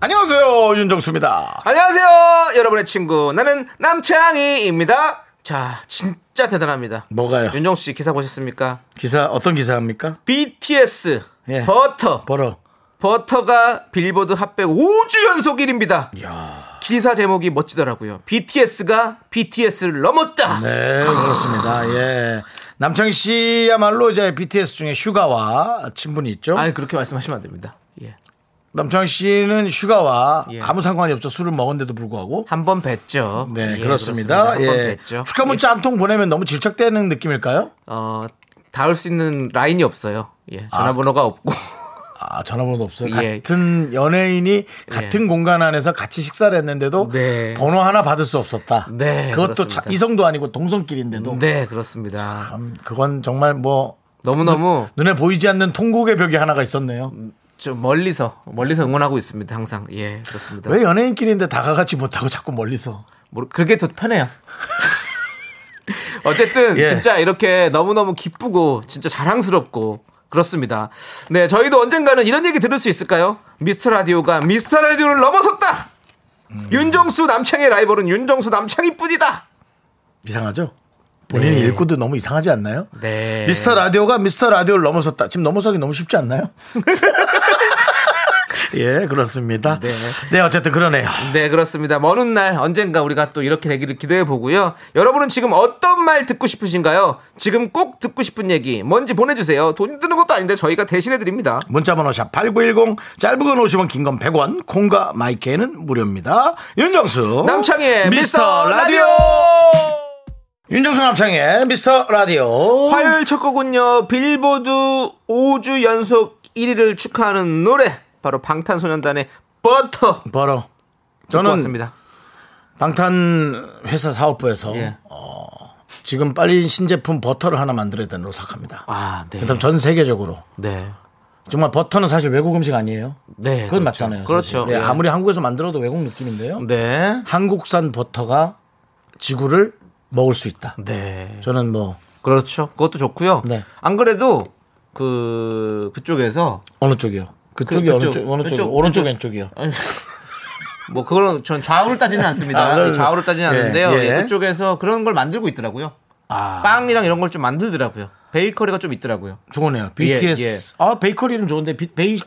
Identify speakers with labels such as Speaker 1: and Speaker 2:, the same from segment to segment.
Speaker 1: 안녕하세요 윤정수입니다.
Speaker 2: 안녕하세요, 여러분의 친구 나는 남창희입니다. 자, 진짜 대단합니다.
Speaker 1: 뭐가요?
Speaker 2: 윤정수 씨 기사 보셨습니까?
Speaker 1: 기사 어떤 기사입니까?
Speaker 2: BTS
Speaker 1: 예.
Speaker 2: 버터
Speaker 1: 벌어.
Speaker 2: 버터가 빌보드 핫백 5주 연속 1위입니다.
Speaker 1: 야,
Speaker 2: 기사 제목이 멋지더라고요. BTS가 BTS를 넘었다.
Speaker 1: 네 그렇습니다.
Speaker 2: 아.
Speaker 1: 예, 남창희 씨야말로 이제 BTS 중에 슈가와 친분이 있죠.
Speaker 2: 아니 그렇게 말씀하시면 안 됩니다. 예.
Speaker 1: 남창희 씨는 슈가와
Speaker 2: 예.
Speaker 1: 아무 상관이 없죠. 술을 먹은데도 불구하고.
Speaker 2: 한 번 뵀죠.
Speaker 1: 네
Speaker 2: 예,
Speaker 1: 그렇습니다.
Speaker 2: 한번
Speaker 1: 예,
Speaker 2: 뵀죠.
Speaker 1: 축하 문자 한 통 보내면 너무 질척대는 느낌일까요?
Speaker 2: 예. 어, 닿을 수 있는 라인이 없어요. 예. 전화번호가 없고.
Speaker 1: 아, 전화번호도 없어요.
Speaker 2: 예.
Speaker 1: 같은 연예인이 같은 공간 안에서 같이 식사를 했는데도
Speaker 2: 네.
Speaker 1: 번호 하나 받을 수 없었다.
Speaker 2: 네,
Speaker 1: 그것도
Speaker 2: 그렇습니다.
Speaker 1: 자- 이성도 아니고 동성끼리인데도.
Speaker 2: 네, 그렇습니다.
Speaker 1: 참, 그건 정말 뭐
Speaker 2: 너무너무
Speaker 1: 눈에 보이지 않는 통곡의 벽이 하나가 있었네요.
Speaker 2: 좀 멀리서 멀리서 응원하고 있습니다. 항상. 예, 그렇습니다.
Speaker 1: 왜 연예인끼리인데 다가가지 못하고 자꾸 멀리서.
Speaker 2: 모르, 그게 더 편해요. 어쨌든
Speaker 1: 예.
Speaker 2: 진짜 이렇게 너무너무 기쁘고 진짜 자랑스럽고 그렇습니다. 네, 저희도 언젠가는 이런 얘기 들을 수 있을까요? 미스터 라디오가 미스터 라디오를 넘어섰다.
Speaker 1: 음.
Speaker 2: 윤정수 남창의 라이벌은 윤정수 남창이뿐이다.
Speaker 1: 이상하죠? 본인이 읽고도 너무 이상하지 않나요?
Speaker 2: 네.
Speaker 1: 미스터 라디오가 미스터 라디오를 넘어섰다. 지금 넘어서기 너무 쉽지 않나요? 예, 그렇습니다.
Speaker 2: 네.
Speaker 1: 네, 어쨌든 그러네요.
Speaker 2: 네, 그렇습니다. 먼 훗날 언젠가 우리가 또 이렇게 되기를 기대해 보고요. 여러분은 지금 어떤 말 듣고 싶으신가요? 지금 꼭 듣고 싶은 얘기 뭔지 보내주세요. 돈 드는 것도 아닌데 저희가 대신해 드립니다.
Speaker 1: 문자번호 샵8910 짧은 건 50원 긴 건 100원 콩과 마이케는 무료입니다 윤정수
Speaker 2: 남창희의 어? 미스터 라디오.
Speaker 1: 윤정수 남창희의 미스터 라디오
Speaker 2: 화요일 첫 곡은요 빌보드 5주 연속 1위를 축하하는 노래 바로 방탄소년단의 버터
Speaker 1: 벌어
Speaker 2: 듣고
Speaker 1: 저는
Speaker 2: 왔습니다.
Speaker 1: 방탄 회사 사업부에서 어,
Speaker 2: 예.
Speaker 1: 지금 빨리 신제품 버터를 하나 만들어야 된다고 생각합니다
Speaker 2: 아, 네.
Speaker 1: 그다음 전 세계적으로
Speaker 2: 네.
Speaker 1: 정말 버터는 사실 외국 음식 아니에요
Speaker 2: 네.
Speaker 1: 그건
Speaker 2: 그렇죠.
Speaker 1: 맞잖아요 사실.
Speaker 2: 그렇죠.
Speaker 1: 네,
Speaker 2: 예.
Speaker 1: 아무리 한국에서 만들어도 외국 느낌인데요
Speaker 2: 네.
Speaker 1: 한국산 버터가 지구를 먹을 수 있다
Speaker 2: 네.
Speaker 1: 저는 뭐
Speaker 2: 그렇죠. 그것도 좋고요.
Speaker 1: 네.
Speaker 2: 안 그래도 그 그쪽에서
Speaker 1: 어느 쪽이요? 그쪽이
Speaker 2: 그-
Speaker 1: 어느
Speaker 2: 그쪽,
Speaker 1: 쪽, 어느 쪽,
Speaker 2: 그쪽, 예.
Speaker 1: 오른쪽 왼쪽이요?
Speaker 2: 뭐 그거는 전 좌우를 따지는 않습니다.
Speaker 1: 아, 네.
Speaker 2: 좌우를 따지는
Speaker 1: 예,
Speaker 2: 않는데요.
Speaker 1: 예.
Speaker 2: 예, 그쪽에서 그런 걸 만들고 있더라고요.
Speaker 1: 아,
Speaker 2: 빵이랑 이런 걸 좀 만들더라고요. 베이커리가 좀 있더라고요.
Speaker 1: 좋네요.
Speaker 2: 예,
Speaker 1: BTS.
Speaker 2: 예.
Speaker 1: 아 베이커리는 좋은데 비, 베이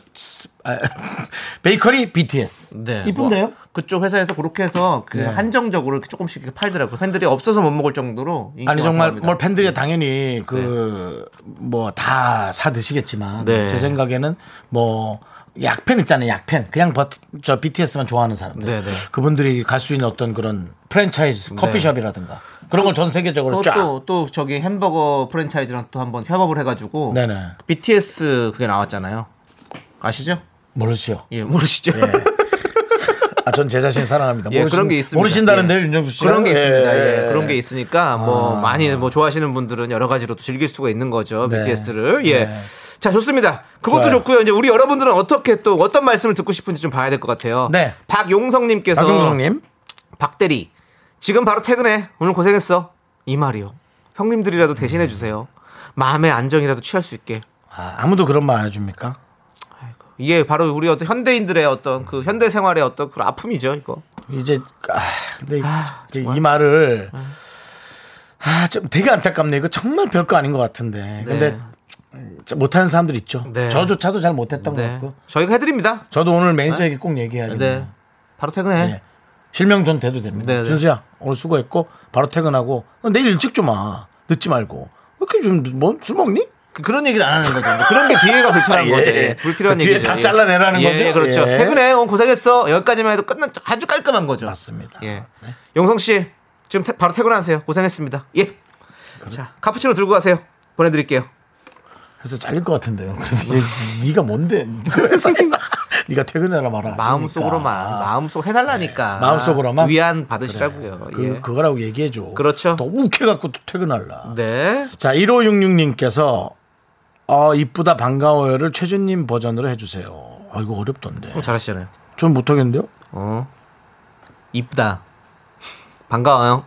Speaker 1: 아, 베이커리 BTS.
Speaker 2: 네.
Speaker 1: 이쁜데요? 네.
Speaker 2: 뭐 그쪽 회사에서 그렇게 해서 그 한정적으로 이렇게 조금씩 이렇게 팔더라고요. 팬들이 없어서 못 먹을 정도로 인기가
Speaker 1: 아니 정말
Speaker 2: 많답니다. 네.
Speaker 1: 뭘 팬들이 당연히 그 뭐 다사 드시겠지만
Speaker 2: 네.
Speaker 1: 제 생각에는 뭐 약팬 있잖아요 약팬 그냥 버, 저 BTS만 좋아하는 사람들
Speaker 2: 네, 네.
Speaker 1: 그분들이 갈 수 있는 어떤 그런 프랜차이즈 커피숍이라든가 그런 걸 전 세계적으로
Speaker 2: 또,
Speaker 1: 쫙
Speaker 2: 또, 또 저기 햄버거 프랜차이즈랑 또 한번 협업을 해가지고
Speaker 1: 네네
Speaker 2: BTS 그게 나왔잖아요. 아시죠?
Speaker 1: 모르시오
Speaker 2: 예, 모르시죠?
Speaker 1: 아, 전 제 자신 사랑합니다.
Speaker 2: 예, 그런 게 있습니다.
Speaker 1: 모르신다는데
Speaker 2: 예.
Speaker 1: 윤정수 씨
Speaker 2: 그런 게 있습니다. 예, 그런 게 있으니까 뭐 많이 뭐 좋아하시는 분들은 여러 가지로 또 즐길 수가 있는 거죠.
Speaker 1: 네.
Speaker 2: BTS를. 예.
Speaker 1: 네.
Speaker 2: 자, 좋습니다. 그것도
Speaker 1: 좋아요.
Speaker 2: 좋고요 이제 우리 여러분들은 어떻게 또 어떤 말씀을 듣고 싶은지 좀 봐야 될 것 같아요.
Speaker 1: 네.
Speaker 2: 박용성님께서
Speaker 1: 박용성님
Speaker 2: 박대리 지금 바로 퇴근해. 오늘 고생했어. 이 말이요. 형님들이라도 대신해 주세요. 마음의 안정이라도 취할 수 있게.
Speaker 1: 아, 아무도 그런 말 안 해줍니까?
Speaker 2: 이게 바로 우리 어떤 현대인들의 어떤 그 현대 생활의 어떤 그런 아픔이죠, 이거.
Speaker 1: 이제 아, 근데 이- 이, 말을
Speaker 2: 네.
Speaker 1: 아, 좀 되게 안타깝네. 이거 정말 별거 아닌 것 같은데. 근데 진짜 못하는 사람들 있죠.
Speaker 2: 네.
Speaker 1: 저조차도 잘 못했던 것
Speaker 2: 네.
Speaker 1: 같고.
Speaker 2: 저희가 해드립니다.
Speaker 1: 저도 오늘 매니저에게 꼭 얘기해야겠네요.
Speaker 2: 네. 바로 퇴근해.
Speaker 1: 예. 실명 전 돼도 됩니다.
Speaker 2: 네, 네.
Speaker 1: 준수야 오늘 수고했고 바로 퇴근하고 어, 내일 일찍 좀 와. 늦지 말고. 왜 이렇게 좀뭐술 먹니?
Speaker 2: 그- 그런 얘기를 안 하는 거죠. 그런 게 뒤에가 불편한
Speaker 1: 예,
Speaker 2: 거죠.
Speaker 1: 예.
Speaker 2: 예. 불필요한
Speaker 1: 그 뒤에
Speaker 2: 얘기죠.
Speaker 1: 다 잘라내라는
Speaker 2: 예,
Speaker 1: 거죠?
Speaker 2: 예, 그렇죠.
Speaker 1: 예.
Speaker 2: 퇴근해. 오늘 고생했어. 여기까지만 해도 끝났죠. 아주 깔끔한 거죠.
Speaker 1: 맞습니다. 네.
Speaker 2: 예. 용성 씨, 지금 태- 바로 퇴근하세요. 고생했습니다. 예. 자, 카푸치노 들고 가세요.
Speaker 1: 아,
Speaker 2: 보내드릴게요. 예.
Speaker 1: 그래서 잘릴 것 같은데요. 그래서 얘, 네가 뭔데? 그 회사에 나- 네가 퇴근해라 말아.
Speaker 2: 마음속으로만 마음속 해달라니까
Speaker 1: 그러니까. 네. 마음속으로만?
Speaker 2: 위안 받으시라고요.
Speaker 1: 그,
Speaker 2: 예.
Speaker 1: 그거라고 얘기해줘.
Speaker 2: 그렇죠.
Speaker 1: 너무 욱해갖고 또 퇴근할라.
Speaker 2: 네.
Speaker 1: 자, 1566님께서 어, 이쁘다 반가워요를 최준님 버전으로 해주세요. 아, 이거 어렵던데.
Speaker 2: 어, 잘하시잖아요.
Speaker 1: 전 못하겠는데요?
Speaker 2: 어 이쁘다. 반가워요.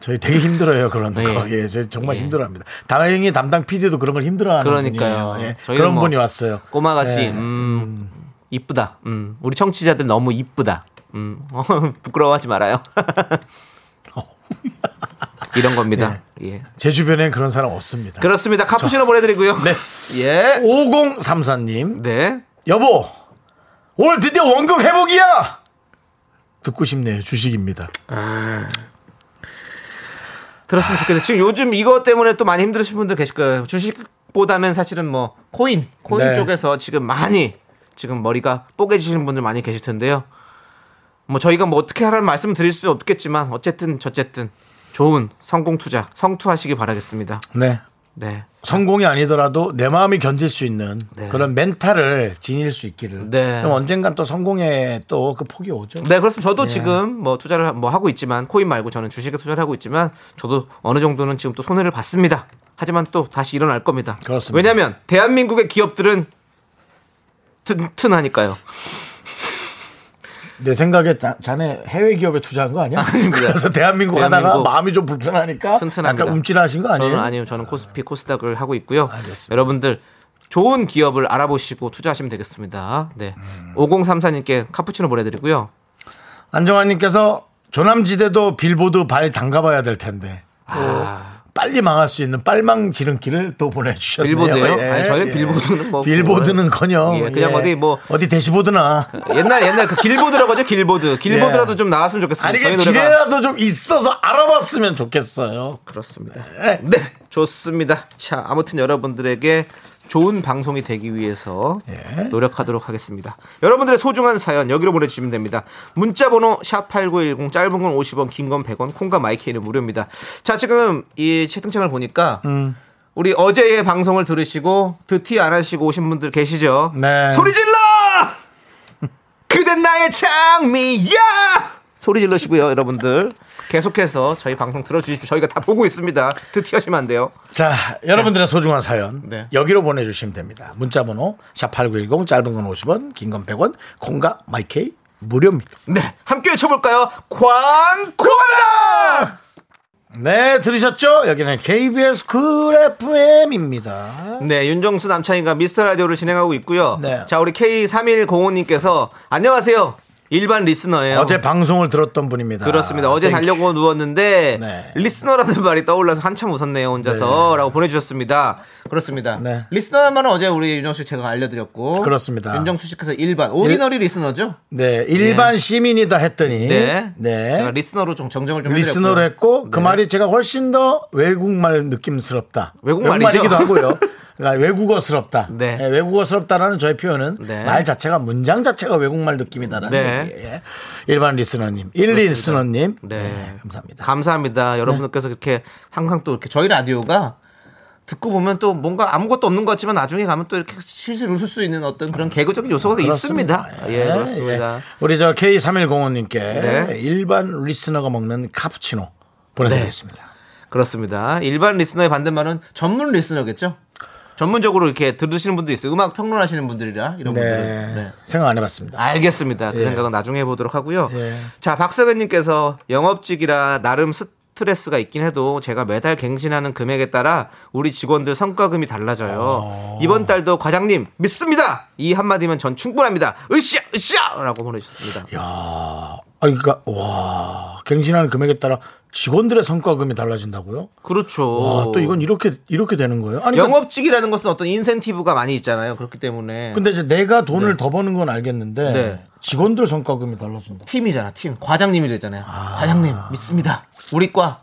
Speaker 1: 저희 되게 힘들어요 그런
Speaker 2: 예.
Speaker 1: 거. 예, 저희 정말
Speaker 2: 예.
Speaker 1: 힘들어합니다. 다행히 담당 PD도 그런 걸 힘들어하는
Speaker 2: 그러니까요.
Speaker 1: 분이에요. 예,
Speaker 2: 저희는
Speaker 1: 그런
Speaker 2: 뭐
Speaker 1: 분이 왔어요.
Speaker 2: 꼬마가씨
Speaker 1: 예.
Speaker 2: 음 이쁘다. 음 우리 청취자들 너무 이쁘다. 음 어, 부끄러워하지 말아요. 이런 겁니다. 예.
Speaker 1: 제 주변엔 그런 사람 없습니다.
Speaker 2: 그렇습니다. 카푸치노 보내드리고요.
Speaker 1: 네.
Speaker 2: 예.
Speaker 1: 5034님,
Speaker 2: 네.
Speaker 1: 여보, 오늘 드디어 원금 회복이야. 듣고 싶네요. 주식입니다.
Speaker 2: 들었으면 좋겠네. 지금 요즘 이거 때문에 또 많이 힘들으신 분들 계실 거예요. 주식보다는 사실은 뭐 코인, 코인
Speaker 1: 네.
Speaker 2: 쪽에서 지금 많이 지금 머리가 뽀개지시는 분들 많이 계실 텐데요. 뭐 저희가 뭐 어떻게 하라는 말씀 드릴 수 없겠지만 어쨌든 저쨌든 좋은 성공 투자 성투하시기 바라겠습니다.
Speaker 1: 네.
Speaker 2: 네.
Speaker 1: 성공이 아니더라도 내 마음이 견딜 수 있는
Speaker 2: 네.
Speaker 1: 그런 멘탈을 지닐 수 있기를.
Speaker 2: 네.
Speaker 1: 그럼 언젠간 또 성공에 또 그 폭이 오죠.
Speaker 2: 네, 그렇습니다.
Speaker 1: 예.
Speaker 2: 저도 지금 뭐 투자를 뭐 하고 있지만 코인 말고 저는 주식에 투자를 하고 있지만 저도 어느 정도는 지금 또 손해를 봤습니다. 하지만 또 다시 일어날 겁니다.
Speaker 1: 그렇습니다.
Speaker 2: 왜냐하면 대한민국의 기업들은 튼튼하니까요.
Speaker 1: 내 생각에 자, 자네 해외 기업에 투자한 거 아니야? 그래서 대한민국, 하다가
Speaker 2: 대한민국.
Speaker 1: 마음이 좀 불편하니까
Speaker 2: 튼튼합니다.
Speaker 1: 약간 움찔하신 거 아니에요?
Speaker 2: 저는 아니요, 저는 코스피 코스닥을 하고 있고요.
Speaker 1: 알겠습니다.
Speaker 2: 여러분들 좋은 기업을 알아보시고 투자하시면 되겠습니다. 네,
Speaker 1: 음.
Speaker 2: 5034님께 카푸치노 보내드리고요.
Speaker 1: 안정환님께서 조남지대도 빌보드 발 담가봐야 될 텐데
Speaker 2: 아,
Speaker 1: 빨리 망할 수 있는 빨망 지름길을 또 보내주셨네요.
Speaker 2: 빌보드예요? 아니, 저희는 빌보드는 뭐
Speaker 1: 빌보드는커녕
Speaker 2: 예, 그냥 어디 뭐-
Speaker 1: 어디 대시보드나
Speaker 2: 옛날 옛날 그 길보드라고 하죠, 길보드. 길보드라도
Speaker 1: 예.
Speaker 2: 좀 나왔으면 좋겠습니다.
Speaker 1: 아니 그
Speaker 2: 저희 노래가.
Speaker 1: 길에라도 좀 있어서 알아봤으면 좋겠어요.
Speaker 2: 그렇습니다.
Speaker 1: 네.
Speaker 2: 네, 좋습니다. 자, 아무튼 여러분들에게 좋은 방송이 되기 위해서
Speaker 1: 예.
Speaker 2: 노력하도록 하겠습니다. 여러분들의 소중한 사연 여기로 보내주시면 됩니다. 문자번호 샵8910 짧은 건 50원, 긴 건 100원, 콩과 마이케이는 무료입니다. 자, 지금 이 채팅창을 보니까
Speaker 1: 음.
Speaker 2: 우리 어제의 방송을 들으시고 드티 안 하시고 오신 분들 계시죠?
Speaker 1: 네.
Speaker 2: 소리 질러! 그댄 나의 장미야! 소리 질러시고요, 여러분들. 계속해서 저희 방송 들어주십시오. 저희가 다 보고 있습니다. 드티하시면 안 돼요.
Speaker 1: 자, 여러분들의 소중한 사연
Speaker 2: 네.
Speaker 1: 여기로 보내주시면 됩니다. 문자번호 샵8910 짧은 건 50원, 긴 건 100원, 콩과 마이케이 무료입니다.
Speaker 2: 네, 함께 외쳐볼까요? 광고라!
Speaker 1: 네, 들으셨죠? 여기는 KBS 쿨 FM입니다.
Speaker 2: 네, 윤정수 남창희가 미스터 라디오를 진행하고 있고요.
Speaker 1: 네.
Speaker 2: 자, 우리 K3105님께서 안녕하세요. 일반 리스너예요.
Speaker 1: 어제 방송을 들었던 분입니다.
Speaker 2: 네. 그렇습니다. 어제
Speaker 1: 아, 땡-
Speaker 2: 자려고 누웠는데
Speaker 1: 네.
Speaker 2: 리스너라는 말이 떠올라서 한참 웃었네요 혼자서라고 보내주셨습니다. 그렇습니다.
Speaker 1: 네.
Speaker 2: 리스너란 말은 어제 우리 윤정수 씨 제가 알려드렸고
Speaker 1: 그렇습니다.
Speaker 2: 윤정수 씨께서 일반 오리너리 리스너죠?
Speaker 1: 네, 일반 시민이다 했더니
Speaker 2: 네.
Speaker 1: 네.
Speaker 2: 제가 리스너로 좀 정정을 좀
Speaker 1: 리스너로
Speaker 2: 해드렸고요. 네.
Speaker 1: 했고 그 말이 제가 훨씬 더 외국말 느낌스럽다.
Speaker 2: 외국말이죠.
Speaker 1: 외국말이기도 하고요. 그러니까 외국어스럽다.
Speaker 2: 네.
Speaker 1: 예, 외국어스럽다라는 저의 표현은
Speaker 2: 네.
Speaker 1: 말 자체가 문장 자체가 외국말 느낌이다라는
Speaker 2: 네.
Speaker 1: 얘기예요. 예. 일반 리스너님, 일리 리스너님,
Speaker 2: 네.
Speaker 1: 네. 감사합니다. 네.
Speaker 2: 감사합니다. 여러분들께서 이렇게 항상 또 이렇게 저희 라디오가 듣고 보면 또 뭔가 아무것도 없는 것 같지만 나중에 가면 또 이렇게 실실 웃을 수 있는 어떤 그런 개그적인 요소가 있습니다. 예, 그렇습니다.
Speaker 1: 아, 예. 우리 저 K3105님께
Speaker 2: 네.
Speaker 1: 일반 리스너가 먹는 카푸치노 보내드리겠습니다.
Speaker 2: 그렇습니다. 일반 리스너의 반대말은 전문 리스너겠죠? 전문적으로 이렇게 들으시는 분도 있어요. 음악 평론하시는 분들이라 이런
Speaker 1: 네.
Speaker 2: 분들은. 네.
Speaker 1: 생각 안 해봤습니다.
Speaker 2: 알겠습니다. 그
Speaker 1: 예.
Speaker 2: 생각은 나중에 해보도록 하고요.
Speaker 1: 예.
Speaker 2: 자, 박서현님께서 영업직이라 나름 스트레스가 있긴 해도 제가 매달 갱신하는 금액에 따라 우리 직원들 성과금이 달라져요.
Speaker 1: 어.
Speaker 2: 이번 달도 과장님 믿습니다. 이 한마디면 전 충분합니다. 으쌰 으쌰라고 보내주셨습니다.
Speaker 1: 야, 아, 그러니까 와 갱신하는 금액에 따라 직원들의 성과금이 달라진다고요?
Speaker 2: 그렇죠.
Speaker 1: 와, 또 이건 이렇게 이렇게 되는 거예요? 아니 근데-
Speaker 2: 영업직이라는 것은 어떤 인센티브가 많이 있잖아요. 그렇기 때문에
Speaker 1: 근데 이제 내가 돈을 더 버는 건 알겠는데
Speaker 2: 네.
Speaker 1: 직원들 성과금이 달라진다.
Speaker 2: 팀이잖아 아. 팀 과장님이 되잖아요 과장님 믿습니다 우리 과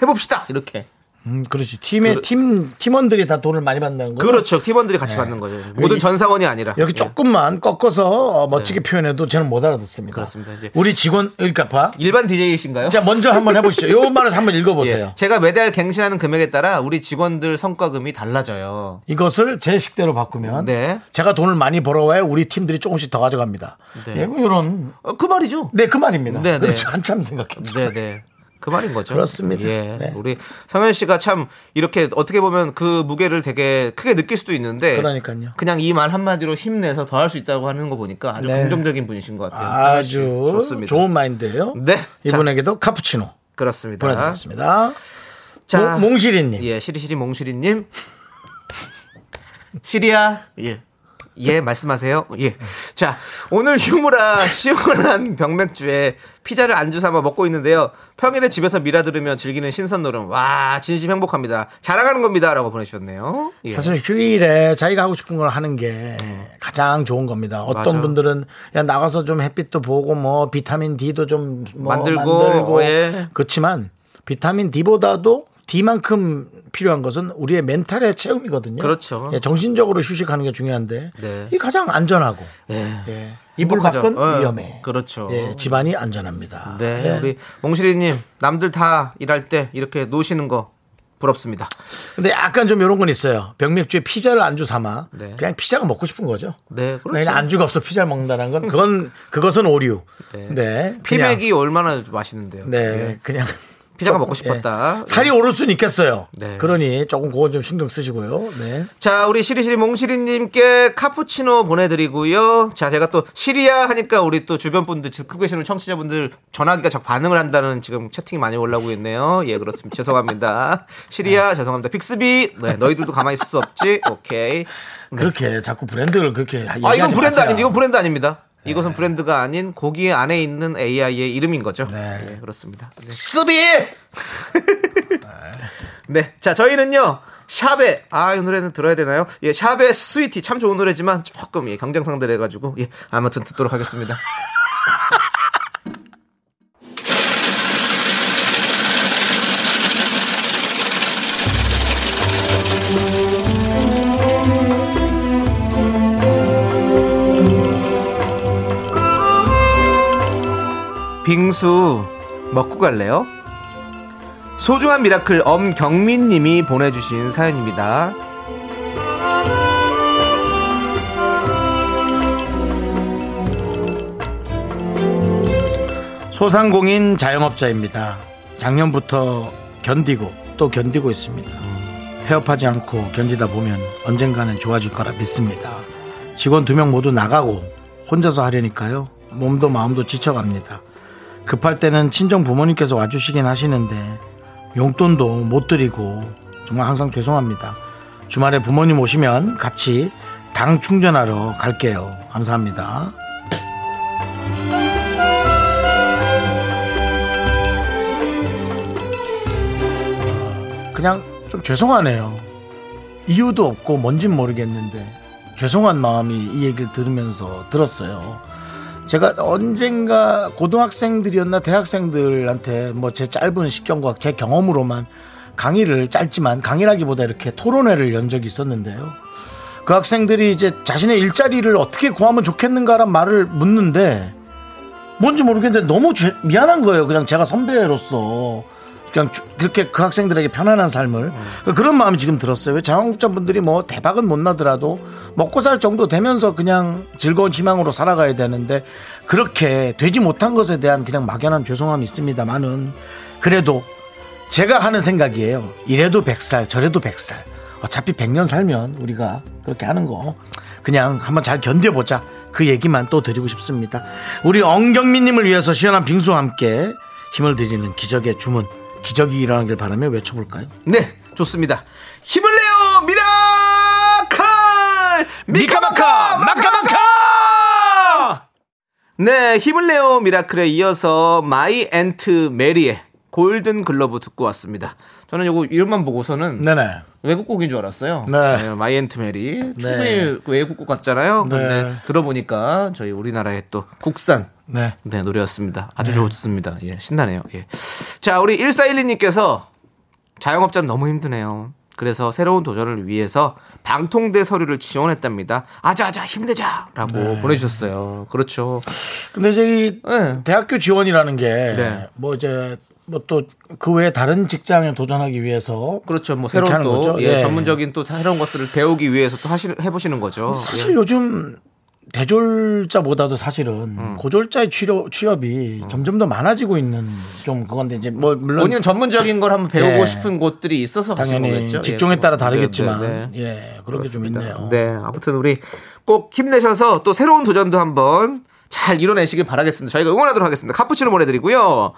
Speaker 2: 해봅시다 이렇게
Speaker 1: 음, 그렇지. 팀의 팀 팀원들이 다 돈을 많이 받는다는 거.
Speaker 2: 그렇죠. 팀원들이
Speaker 1: 네.
Speaker 2: 같이 받는 거죠. 모든
Speaker 1: 이-
Speaker 2: 전사원이 아니라.
Speaker 1: 이렇게
Speaker 2: 예.
Speaker 1: 조금만 꺾어서 어, 멋지게 표현해도 저는 못 알아듣습니다.
Speaker 2: 네. 그렇습니다. 이제-
Speaker 1: 우리 직원 그러니까 봐.
Speaker 2: 일반 DJ이신가요?
Speaker 1: 자 먼저 한번 해보시죠. 요 말을 한번 읽어보세요.
Speaker 2: 예. 제가 매달 갱신하는 금액에 따라 우리 직원들 성과금이 달라져요.
Speaker 1: 이것을 제 식대로 바꾸면
Speaker 2: 네.
Speaker 1: 제가 돈을 많이 벌어와야 우리 팀들이 조금씩 더 가져갑니다.
Speaker 2: 네.
Speaker 1: 예, 뭐 이런
Speaker 2: 어, 그 말이죠.
Speaker 1: 네 그 말입니다.
Speaker 2: 네, 네.
Speaker 1: 그렇죠. 한참 생각했죠.
Speaker 2: 네, 네. 그 말인 거죠.
Speaker 1: 그렇습니다.
Speaker 2: 예.
Speaker 1: 네.
Speaker 2: 우리 성현 씨가 참 이렇게 어떻게 보면 그 무게를 되게 크게 느낄 수도 있는데
Speaker 1: 그러니까요.
Speaker 2: 냥 이 말 한마디로 힘내서 더 할 수 있다고 하는 거 보니까 아주
Speaker 1: 네.
Speaker 2: 긍정적인 분이신 것 같아요. 성현 씨.
Speaker 1: 아주
Speaker 2: 좋습니다.
Speaker 1: 좋은 마인드예요.
Speaker 2: 네.
Speaker 1: 이분에게도 카푸치노
Speaker 2: 그렇습니다.
Speaker 1: 보내드리겠습니다.
Speaker 2: 자,
Speaker 1: 몽- 몽실이님.
Speaker 2: 예, 시리시리 몽시리님. 시리야. 예. 예, 말씀하세요. 예. 자, 오늘 휴무라 시원한 병맥주에 피자를 안주 삼아 먹고 있는데요. 평일에 집에서 미라 들으며 즐기는 신선 노름. 와, 진심 행복합니다. 자랑하는 겁니다. 라고 보내주셨네요. 예.
Speaker 1: 사실 휴일에 자기가 하고 싶은 걸 하는 게 가장 좋은 겁니다. 어떤
Speaker 2: 맞아.
Speaker 1: 분들은 야 나가서 좀 햇빛도 보고 뭐 비타민 D도 좀 뭐
Speaker 2: 만들고,
Speaker 1: 만들고,
Speaker 2: 예.
Speaker 1: 그렇지만 비타민 D보다도 D만큼 필요한 것은 우리의 멘탈의 체험이거든요.
Speaker 2: 그렇죠.
Speaker 1: 예, 정신적으로 휴식하는 게 중요한데
Speaker 2: 네.
Speaker 1: 이 가장 안전하고 예, 이불
Speaker 2: 행복하죠.
Speaker 1: 밖은
Speaker 2: 어,
Speaker 1: 위험해.
Speaker 2: 그렇죠.
Speaker 1: 예, 집안이 안전합니다.
Speaker 2: 네,
Speaker 1: 예.
Speaker 2: 우리 몽시리님, 남들 다 일할 때 이렇게 노시는 거 부럽습니다.
Speaker 1: 근데 약간 좀 이런 건 있어요. 병맥주에 피자를 안주 삼아
Speaker 2: 네.
Speaker 1: 그냥 피자가 먹고 싶은 거죠.
Speaker 2: 네,
Speaker 1: 네,
Speaker 2: 그렇죠.
Speaker 1: 그냥 안주가 없어 피자를 먹는다는 건 그건 그것은 오류. 네. 그냥,
Speaker 2: 피맥이 얼마나 맛있는데요. 예.
Speaker 1: 네, 그냥
Speaker 2: 피자가
Speaker 1: 조금,
Speaker 2: 먹고 싶었다. 음.
Speaker 1: 예. 살이 오를 수는 있겠어요.
Speaker 2: 네.
Speaker 1: 그러니 조금 그건 좀 신경 쓰시고요. 네.
Speaker 2: 자, 우리 시리시리 몽시리님께 카푸치노 보내드리고요. 자, 제가 또 시리아 하니까 우리 또 주변 분들, 듣고 계시는 청취자분들 전화기가 자 반응을 한다는 지금 채팅이 많이 올라오고 있네요. 예, 그렇습니다. 죄송합니다. 시리아,
Speaker 1: 네.
Speaker 2: 죄송합니다. 픽스비, 네, 너희들도 가만히 있을 수 없지. 오케이.
Speaker 1: 그렇게 자꾸 브랜드를 그렇게
Speaker 2: 네. 아, 이건 브랜드 아닙니다. 이건 브랜드 아닙니다.
Speaker 1: 네.
Speaker 2: 이것은 브랜드가 아닌 고기 안에 있는 AI의 이름인 거죠.
Speaker 1: 네.
Speaker 2: 예, 그렇습니다. 네.
Speaker 1: 쓰비.
Speaker 2: 네. 자, 저희는요. 샵의 아, 이 노래는 들어야 되나요? 예, 샵의 스위티 참 좋은 노래지만 조금 예, 경쟁 상대해 가지고 예, 아무튼 듣도록 하겠습니다. 빙수 먹고 갈래요? 소중한 미라클 엄경민 님이 보내주신 사연입니다.
Speaker 1: 소상공인 자영업자입니다. 작년부터 견디고 또 견디고 있습니다. 폐업하지 않고 견디다 보면 언젠가는 좋아질 거라 믿습니다. 직원 두 명 모두 나가고 혼자서 하려니까요. 몸도 마음도 지쳐갑니다. 급할 때는 친정 부모님께서 와주시긴 하시는데 용돈도 못 드리고 정말 항상 죄송합니다. 주말에 부모님 오시면 같이 당 충전하러 갈게요. 감사합니다. 그냥 좀 죄송하네요. 이유도 없고 뭔진 모르겠는데 죄송한 마음이 이 얘기를 들으면서 들었어요. 제가 언젠가 고등학생들이었나 대학생들한테 뭐 제 짧은 식견과 제 경험으로만 강의를 짧지만 강의라기보다 이렇게 토론회를 연 적이 있었는데요. 그 학생들이 이제 자신의 일자리를 어떻게 구하면 좋겠는가란 말을 묻는데 뭔지 모르겠는데 너무 죄- 미안한 거예요. 그냥 제가 선배로서 그냥 주- 그렇게 그 학생들에게 편안한 삶을 그런 마음이 지금 들었어요. 왜 자영업자분들이 뭐 대박은 못 나더라도 먹고 살 정도 되면서 그냥 즐거운 희망으로 살아가야 되는데 그렇게 되지 못한 것에 대한 그냥 막연한 죄송함이 있습니다만은 그래도 제가 하는 생각이에요. 이래도 100살, 저래도 100살. 어차피 100년 살면 우리가 그렇게 하는 거 그냥 한번 잘 견뎌보자. 그 얘기만 또 드리고 싶습니다. 우리 엉경민님을 위해서 시원한 빙수와 함께 힘을 드리는 기적의 주문, 기적이 일어나길 바라며 외쳐볼까요?
Speaker 2: 네, 좋습니다. 힘을 내요, 미라클! 미카마카! 마카마카! 네, 힘을 내요, 미라클에 이어서 마이 앤트 메리의 골든 글러브 듣고 왔습니다. 저는 요거 이름만 보고서는
Speaker 1: 네네.
Speaker 2: 외국 곡인 줄 알았어요.
Speaker 1: 네.
Speaker 2: 마이 앤트 메리. 충분히 그 외국 곡 같잖아요. 근데
Speaker 1: 네.
Speaker 2: 들어보니까 저희 우리나라의 또 국산
Speaker 1: 네.
Speaker 2: 네, 노래였습니다. 아주 좋습니다. 예, 신나네요. 예. 자, 우리 1412님께서 자영업자는 너무 힘드네요. 그래서 새로운 도전을 위해서 방통대 서류를 지원했답니다. 아자아자 힘내자라고
Speaker 1: 네.
Speaker 2: 보내주셨어요. 그렇죠.
Speaker 1: 근데 저기
Speaker 2: 네.
Speaker 1: 대학교 지원이라는 게 뭐
Speaker 2: 네.
Speaker 1: 이제 뭐 또 그 외에 다른 직장에 도전하기 위해서
Speaker 2: 그렇죠. 뭐
Speaker 1: 그렇게
Speaker 2: 새로운
Speaker 1: 하는
Speaker 2: 또
Speaker 1: 거죠?
Speaker 2: 예,
Speaker 1: 예.
Speaker 2: 전문적인 또 새로운 것들을 배우기 위해서 또 하시 해보시는 거죠. 예.
Speaker 1: 사실 요즘 대졸자보다도 사실은
Speaker 2: 음.
Speaker 1: 고졸자의 취업, 취업이 점점 더 많아지고 있는 좀 그건데 이제 뭐
Speaker 2: 예.
Speaker 1: 물론
Speaker 2: 음. 본인 전문적인 걸 한번 배우고
Speaker 1: 예.
Speaker 2: 싶은 곳들이 있어서 하시는
Speaker 1: 당연히
Speaker 2: 거겠죠.
Speaker 1: 직종에
Speaker 2: 예.
Speaker 1: 따라
Speaker 2: 네, 네,
Speaker 1: 다르겠지만
Speaker 2: 네.
Speaker 1: 예 그런 게 좀 있네요.
Speaker 2: 네, 아무튼 우리 꼭 힘내셔서 또 새로운 도전도 한번 잘 이뤄내시길 바라겠습니다. 저희가 응원하도록 하겠습니다. 카푸치노 보내드리고요.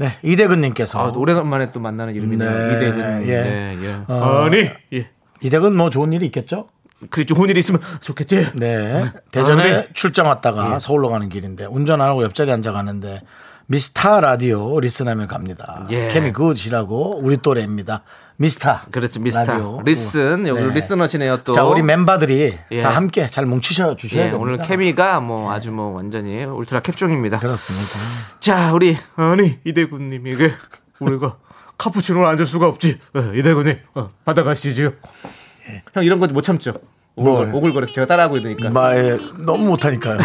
Speaker 1: 네 이대근님께서
Speaker 2: 아, 오래간만에 또 만나는 이름이네요.
Speaker 1: 네,
Speaker 2: 이대근.
Speaker 1: 예.
Speaker 2: 예, 예.
Speaker 1: 어.
Speaker 2: 아니, 예.
Speaker 1: 이대근 뭐 좋은 일이 있겠죠?
Speaker 2: 그 좋은 일이 있으면 좋겠지.
Speaker 1: 네. 대전에
Speaker 2: 아, 네.
Speaker 1: 출장 왔다가 서울로 가는 길인데 운전 안 하고 옆자리 앉아 가는데 미스타 라디오 리스하면 갑니다.
Speaker 2: 예.
Speaker 1: 케미 굿이라고 우리 또래입니다. 미스타.
Speaker 2: 그렇지, 미스타.
Speaker 1: 라디오.
Speaker 2: 리슨. 여기 리스너시네요, 또.
Speaker 1: 자, 우리 멤버들이
Speaker 2: 예.
Speaker 1: 다 함께 잘 뭉치셔 주셔야
Speaker 2: 예,
Speaker 1: 됩니다.
Speaker 2: 오늘 케미가 뭐 아주 뭐 완전히 울트라 캡종입니다.
Speaker 1: 그렇습니다.
Speaker 2: 자, 우리 아니 이대군님에게 우리가 카푸치노를 앉을 수가 없지. 어, 이대군님 어, 받아가시지요. 형 이런 건 못 참죠. 오글거려,
Speaker 1: 뭘?
Speaker 2: 오글거려서 제가 따라하고 있으니까.
Speaker 1: 마에 너무 못하니까요.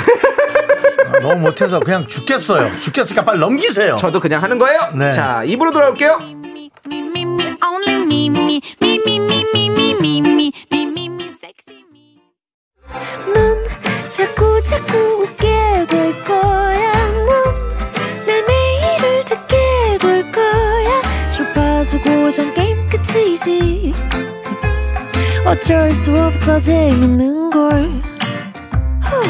Speaker 1: 아, 너무 못해서 그냥 죽겠어요. 죽겠으니까 빨리 넘기세요.
Speaker 2: 저도 그냥 하는 거예요.
Speaker 1: 네.
Speaker 2: 자, 입으로 돌아올게요.
Speaker 3: me, me, me, me, only me, me, me, me, me, me, me, me, me, me, me, me, sexy me.
Speaker 4: 넌 자꾸 자꾸 웃게 될 거야. 넌내 매일을 듣게 될 거야. 주파수 고정 게임 끝이지. 어쩔 수 없어 재밌는 걸. 후.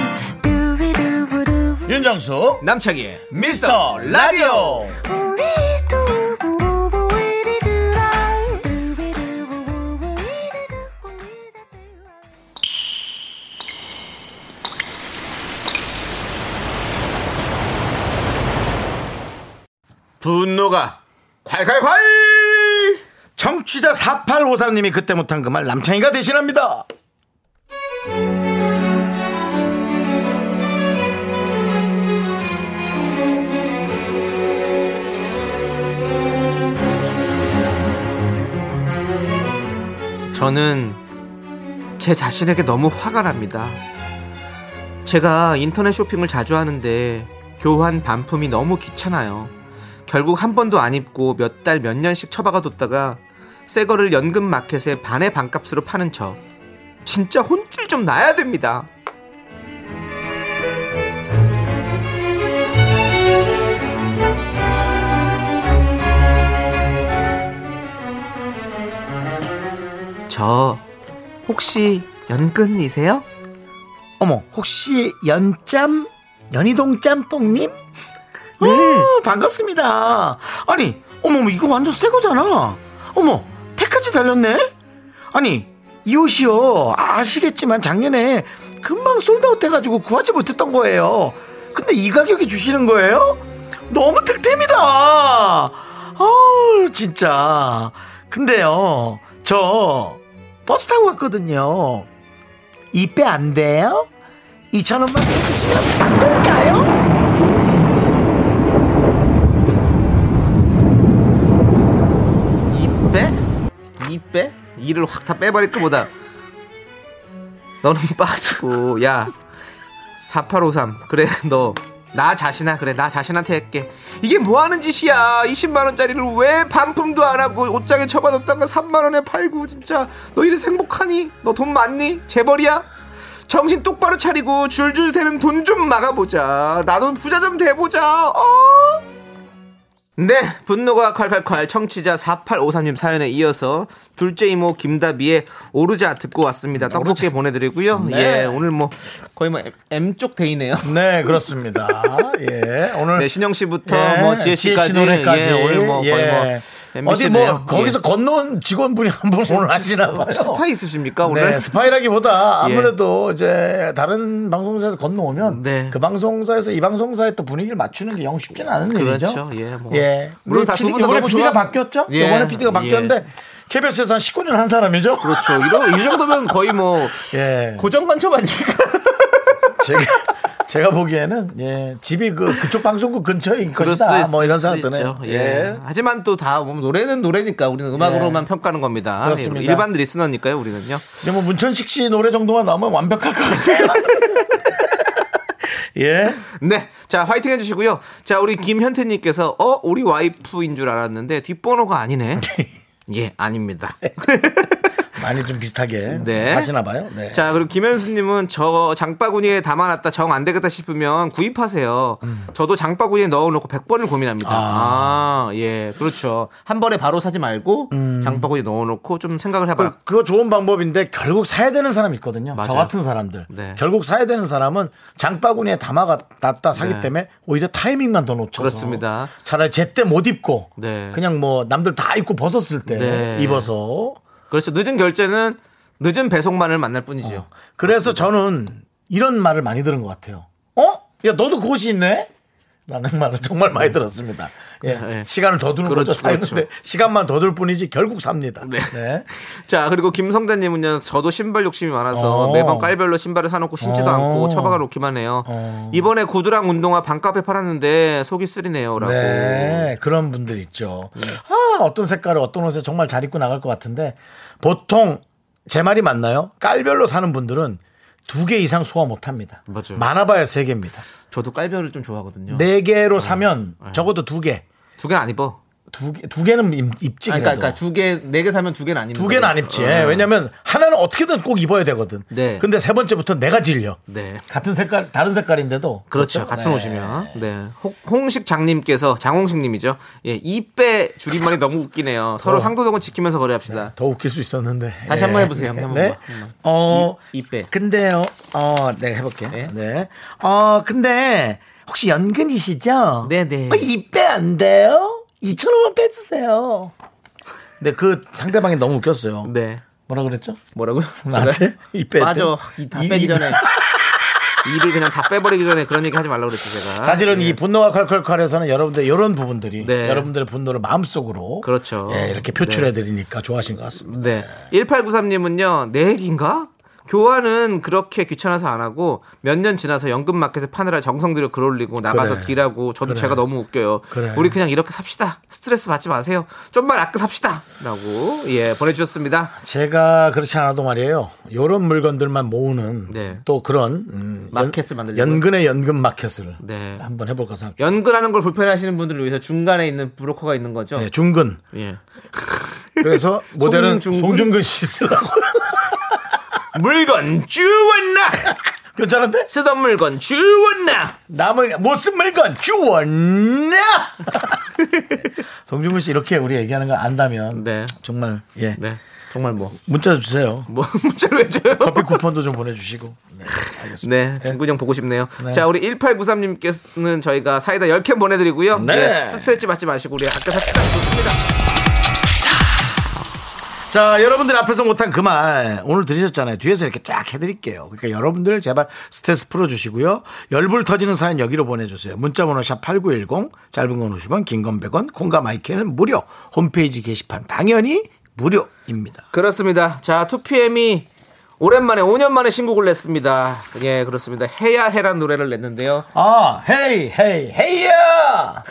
Speaker 4: 두비두부두.
Speaker 1: 윤정수
Speaker 2: 남창희의 미스터 라디오.
Speaker 4: 우리 두부부부 우리 두라. 두비두부부부 우리 두부 우리 두라.
Speaker 2: 분노가 콸콸콸!
Speaker 1: 정취자 4853님이 그때 못한 그 말 남창희가 대신합니다.
Speaker 2: 저는 제 자신에게 너무 화가 납니다. 제가 인터넷 쇼핑을 자주 하는데 교환 반품이 너무 귀찮아요. 결국 한 번도 안 입고 몇 달 몇 년씩 처박아뒀다가 새 거를 연금 마켓에 반의 반값으로 파는 저 진짜 혼쭐 좀 나야 됩니다. 저 혹시 연금이세요?
Speaker 1: 어머, 혹시 연짬 연희동 짬뽕님? 네. 반갑습니다. 아니, 어머, 어머, 이거 완전 새 거잖아. 어머, 택까지 달렸네. 아니, 이 옷이요. 아시겠지만 작년에 금방 솔드아웃 돼가지고 구하지 못했던 거예요. 근데 이 가격에 주시는 거예요? 너무 득템이다. 아, 진짜. 근데요, 저 버스 타고 갔거든요. 이 빼 안 돼요? 2,000원만 해주시면 안 될까요?
Speaker 2: 이 빼? 이 빼? 이를 확 다 빼버릴까 보다. 너는 빠지고, 야. 4853. 그래, 너. 나 자신아, 그래, 나 자신한테 할게. 이게 뭐 하는 짓이야. 20만원짜리를 왜 반품도 안 하고 옷장에 접어뒀다가 3만원에 팔고, 진짜. 너 이래서 행복하니? 너 돈 많니? 재벌이야? 정신 똑바로 차리고 줄줄 새는 돈 좀 막아보자. 나도 부자 좀 돼보자. 어? 네, 분노가 콸콸콸 청취자 4853님 사연에 이어서 둘째 이모 김다비의 오르자 듣고 왔습니다. 떡볶이 보내드리고요.
Speaker 1: 네.
Speaker 2: 예, 오늘 뭐 거의 뭐 M 쪽 데이네요.
Speaker 1: 네, 그렇습니다. 예, 오늘
Speaker 2: 네, 신영 씨부터
Speaker 1: 예,
Speaker 2: 뭐 지혜 씨까지,
Speaker 1: 노래까지
Speaker 2: 예, 오늘 뭐 거의
Speaker 1: 예.
Speaker 2: 뭐
Speaker 1: 어디
Speaker 2: MBC
Speaker 1: 뭐
Speaker 2: 네요.
Speaker 1: 거기서
Speaker 2: 예.
Speaker 1: 건너온 직원분이 한 분 오늘 하시나 봐요.
Speaker 2: 스파이 있으십니까 오늘?
Speaker 1: 네, 스파이라기보다
Speaker 2: 예.
Speaker 1: 아무래도 이제 다른 방송사에서 건너오면
Speaker 2: 네.
Speaker 1: 그 방송사에서 이 방송사의 또 분위기를 맞추는 게 영 쉽지는 않은
Speaker 2: 그렇죠.
Speaker 1: 일이죠.
Speaker 2: 예, 뭐.
Speaker 1: 예. 물론
Speaker 2: 물론 다
Speaker 1: 다
Speaker 2: 두분다
Speaker 1: 이번에
Speaker 2: 너무
Speaker 1: PD가
Speaker 2: 좋아-
Speaker 1: 바뀌었죠?
Speaker 2: 예.
Speaker 1: 이번에 PD가 바뀌었는데
Speaker 2: 예.
Speaker 1: KBS에서 한 19년 한 사람이죠?
Speaker 2: 그렇죠. 이러, 이 정도면 거의 뭐
Speaker 1: 예.
Speaker 2: 고정 관첩 아닙니까?
Speaker 1: 제가 제가 보기에는 예 집이 그 그쪽 방송국 근처인
Speaker 2: 그럴
Speaker 1: 것이다.
Speaker 2: 수도
Speaker 1: 뭐
Speaker 2: 있-
Speaker 1: 이런
Speaker 2: 수도
Speaker 1: 생각 드네요.
Speaker 2: 있죠. 예. 예. 하지만 또 다 노래는 노래니까 우리는 음악으로만 평가하는 겁니다. 예,
Speaker 1: 그렇습니다.
Speaker 2: 일반 리스너니까요, 우리는요.
Speaker 1: 이제 뭐 문천식 씨 노래 정도만 나오면 완벽할 것 같아요. 예.
Speaker 2: 네. 자, 화이팅 해주시고요. 자, 우리 김현태님께서, 어, 우리 와이프인 줄 알았는데, 뒷번호가 아니네. 예, 아닙니다.
Speaker 1: 많이 좀 비슷하게
Speaker 2: 네.
Speaker 1: 하시나 봐요. 네.
Speaker 2: 자, 그리고 김현수님은 저 장바구니에 담아놨다 정 안 되겠다 싶으면 구입하세요. 저도 장바구니에 넣어놓고 100번을 고민합니다. 음. 아, 예, 그렇죠. 한 번에 바로 사지 말고 장바구니에 넣어놓고 좀 생각을 해봐.
Speaker 1: 그,
Speaker 2: 라
Speaker 1: 그거 좋은 방법인데 결국 사야 되는 사람이 있거든요. 저
Speaker 2: 맞아요.
Speaker 1: 같은 사람들.
Speaker 2: 네.
Speaker 1: 결국 사야 되는 사람은 장바구니에 담아놨다 사기
Speaker 2: 네.
Speaker 1: 때문에 오히려 타이밍만 더 놓쳐서
Speaker 2: 그렇습니다.
Speaker 1: 차라리 제때 못 입고
Speaker 2: 네.
Speaker 1: 그냥 뭐 남들 다 입고 벗었을 때
Speaker 2: 네.
Speaker 1: 입어서
Speaker 2: 그렇죠. 늦은 결제는 늦은 배송만을 만날 뿐이지요.
Speaker 1: 어. 그래서 저는 이런 말을 많이 들은 것 같아요. 어? 야 너도 그것이 있네? 라는 말을 정말 많이 들었습니다. 예.
Speaker 2: 네.
Speaker 1: 시간을 더 두는
Speaker 2: 그렇죠,
Speaker 1: 거죠. 사는데
Speaker 2: 그렇죠.
Speaker 1: 시간만 더 둘 뿐이지 결국 삽니다.
Speaker 2: 네.
Speaker 1: 네.
Speaker 2: 자 그리고 김성자님은요 저도 신발 욕심이 많아서
Speaker 1: 어.
Speaker 2: 매번 깔별로 신발을 사놓고 신지도
Speaker 1: 어.
Speaker 2: 않고 처박아 놓기만 해요 이번에 구두랑 운동화 반값에 팔았는데 속이 쓰리네요 음. 라고
Speaker 1: 네, 그런 분들 있죠. 아, 어떤 색깔을 어떤 옷에 정말 잘 입고 나갈 것 같은데 보통 제 말이 맞나요? 깔별로 사는 분들은 두 개 이상 소화 못 합니다.
Speaker 2: 맞아요.
Speaker 1: 많아봐야 세 개입니다.
Speaker 2: 저도 깔별을 좀 좋아하거든요
Speaker 1: 네
Speaker 2: 어,
Speaker 1: 개로 사면
Speaker 2: 네.
Speaker 1: 적어도 두 개.
Speaker 2: 두 개는 안 입어
Speaker 1: 두 개, 두 개는 입- 입지
Speaker 2: 아니,
Speaker 1: 그래도.
Speaker 2: 그러니까, 그러니까 두개네 개 사면 두 개는 안 입는 어.
Speaker 1: 두 개는 안 입지. 예, 왜냐면 하나는 어떻게든 꼭 입어야 되거든.
Speaker 2: 네.
Speaker 1: 근데 세 번째부터 내가 질려.
Speaker 2: 네
Speaker 1: 같은 색깔, 다른 색깔인데도.
Speaker 2: 그렇죠. 같은
Speaker 1: 네.
Speaker 2: 옷이면. 네. 홍- 홍식 장님께서 장홍식 님이죠. 예. 이빼 줄임말이 너무 웃기네요.
Speaker 1: 어.
Speaker 2: 서로 상도덕은 지키면서 거래합시다.
Speaker 1: 더 웃길 수 있었는데.
Speaker 2: 다시 한번 해보세요. 음. 한번 해봐.
Speaker 1: 네.
Speaker 2: 한번.
Speaker 1: 어,
Speaker 2: 이- 이빼.
Speaker 1: 근데요. 어, 내가 해볼게.
Speaker 2: 네.
Speaker 1: 네. 어, 근데 혹시 연근이시죠?
Speaker 2: 네네.
Speaker 1: 어, 이빼 안 돼요? 2천 원만 빼주세요. 근데 그 상대방이 너무 웃겼어요.
Speaker 2: 네.
Speaker 1: 뭐라 그랬죠?
Speaker 2: 뭐라고요?
Speaker 1: 나한테 이빼
Speaker 2: 빠져. 이 다
Speaker 1: 이-
Speaker 2: 빼기
Speaker 1: 이-
Speaker 2: 전에. 입을 그냥 다 빼버리기 전에 그런 얘기 하지 말라고 그랬지, 제가.
Speaker 1: 아, 사실은 이 분노가 칼칼칼에서는 여러분들 이런 부분들이
Speaker 2: 예. 네.
Speaker 1: 여러분들의 분노를 마음속으로
Speaker 2: 그렇죠.
Speaker 1: 예, 이렇게 표출해 드리니까 좋아하신 것 같습니다.
Speaker 2: 네. 1893님은요, 내 얘기인가? 교환은 그렇게 귀찮아서 안 하고 몇 년 지나서 연금 마켓에 파느라 정성 들여 글 올리고 나가서
Speaker 1: 그래.
Speaker 2: 딜하고 저도
Speaker 1: 그래.
Speaker 2: 제가 너무 웃겨요.
Speaker 1: 그래.
Speaker 2: 우리 그냥 이렇게 삽시다. 스트레스 받지 마세요. 좀만 아껴 삽시다. 라고 예, 보내주셨습니다.
Speaker 1: 제가 그렇지 않아도 말이에요. 요런 물건들만 모으는
Speaker 2: 네.
Speaker 1: 또 그런 음,
Speaker 2: 마켓을 만들려고요?
Speaker 1: 연근의 연금 마켓을
Speaker 2: 네.
Speaker 1: 한번 해볼까 생각.
Speaker 2: 연근하는 걸 불편해하시는 분들을 위해서 중간에 있는 브로커가 있는 거죠.
Speaker 1: 네, 중근.
Speaker 2: 예.
Speaker 1: 그래서 모델은
Speaker 2: 송중근?
Speaker 1: 송중근 씨 쓰라고.
Speaker 2: 물건 주웠나?
Speaker 1: 괜찮은데?
Speaker 2: 쓰던 물건 주웠나?
Speaker 1: 남은 못쓴 물건 주웠냐? 송중근 씨 이렇게 우리 얘기하는 걸 안다면
Speaker 2: 네.
Speaker 1: 정말 예
Speaker 2: 네. 정말 뭐.
Speaker 1: 문자 주세요.
Speaker 2: 뭐, 문자로 해줘요.
Speaker 1: 커피 쿠폰도 좀 보내주시고. 네, 알겠습니다.
Speaker 2: 네, 진구 형 보고 싶네요. 자, 우리 1893님께서는 저희가 사이다 10캔 보내드리고요.
Speaker 1: 네.
Speaker 2: 예, 스트레스 받지 마시고 우리 아까 삽시다. 좋습니다.
Speaker 1: 자, 여러분들 앞에서 못한 그 말 오늘 들으셨잖아요. 뒤에서 이렇게 쫙 해드릴게요. 그러니까 여러분들 제발 스트레스 풀어주시고요. 열불 터지는 사연 여기로 보내주세요. 문자번호 샵 8910, 짧은 건 50원, 긴 건 100원, 콩과 마이크는 무료. 홈페이지 게시판 당연히 무료입니다.
Speaker 2: 그렇습니다. 자, 2PM이 오랜만에 5년 만에 신곡을 냈습니다. 예, 그렇습니다. 해야 해란 노래를 냈는데요.
Speaker 1: 아, 헤이, 헤이, 헤이야!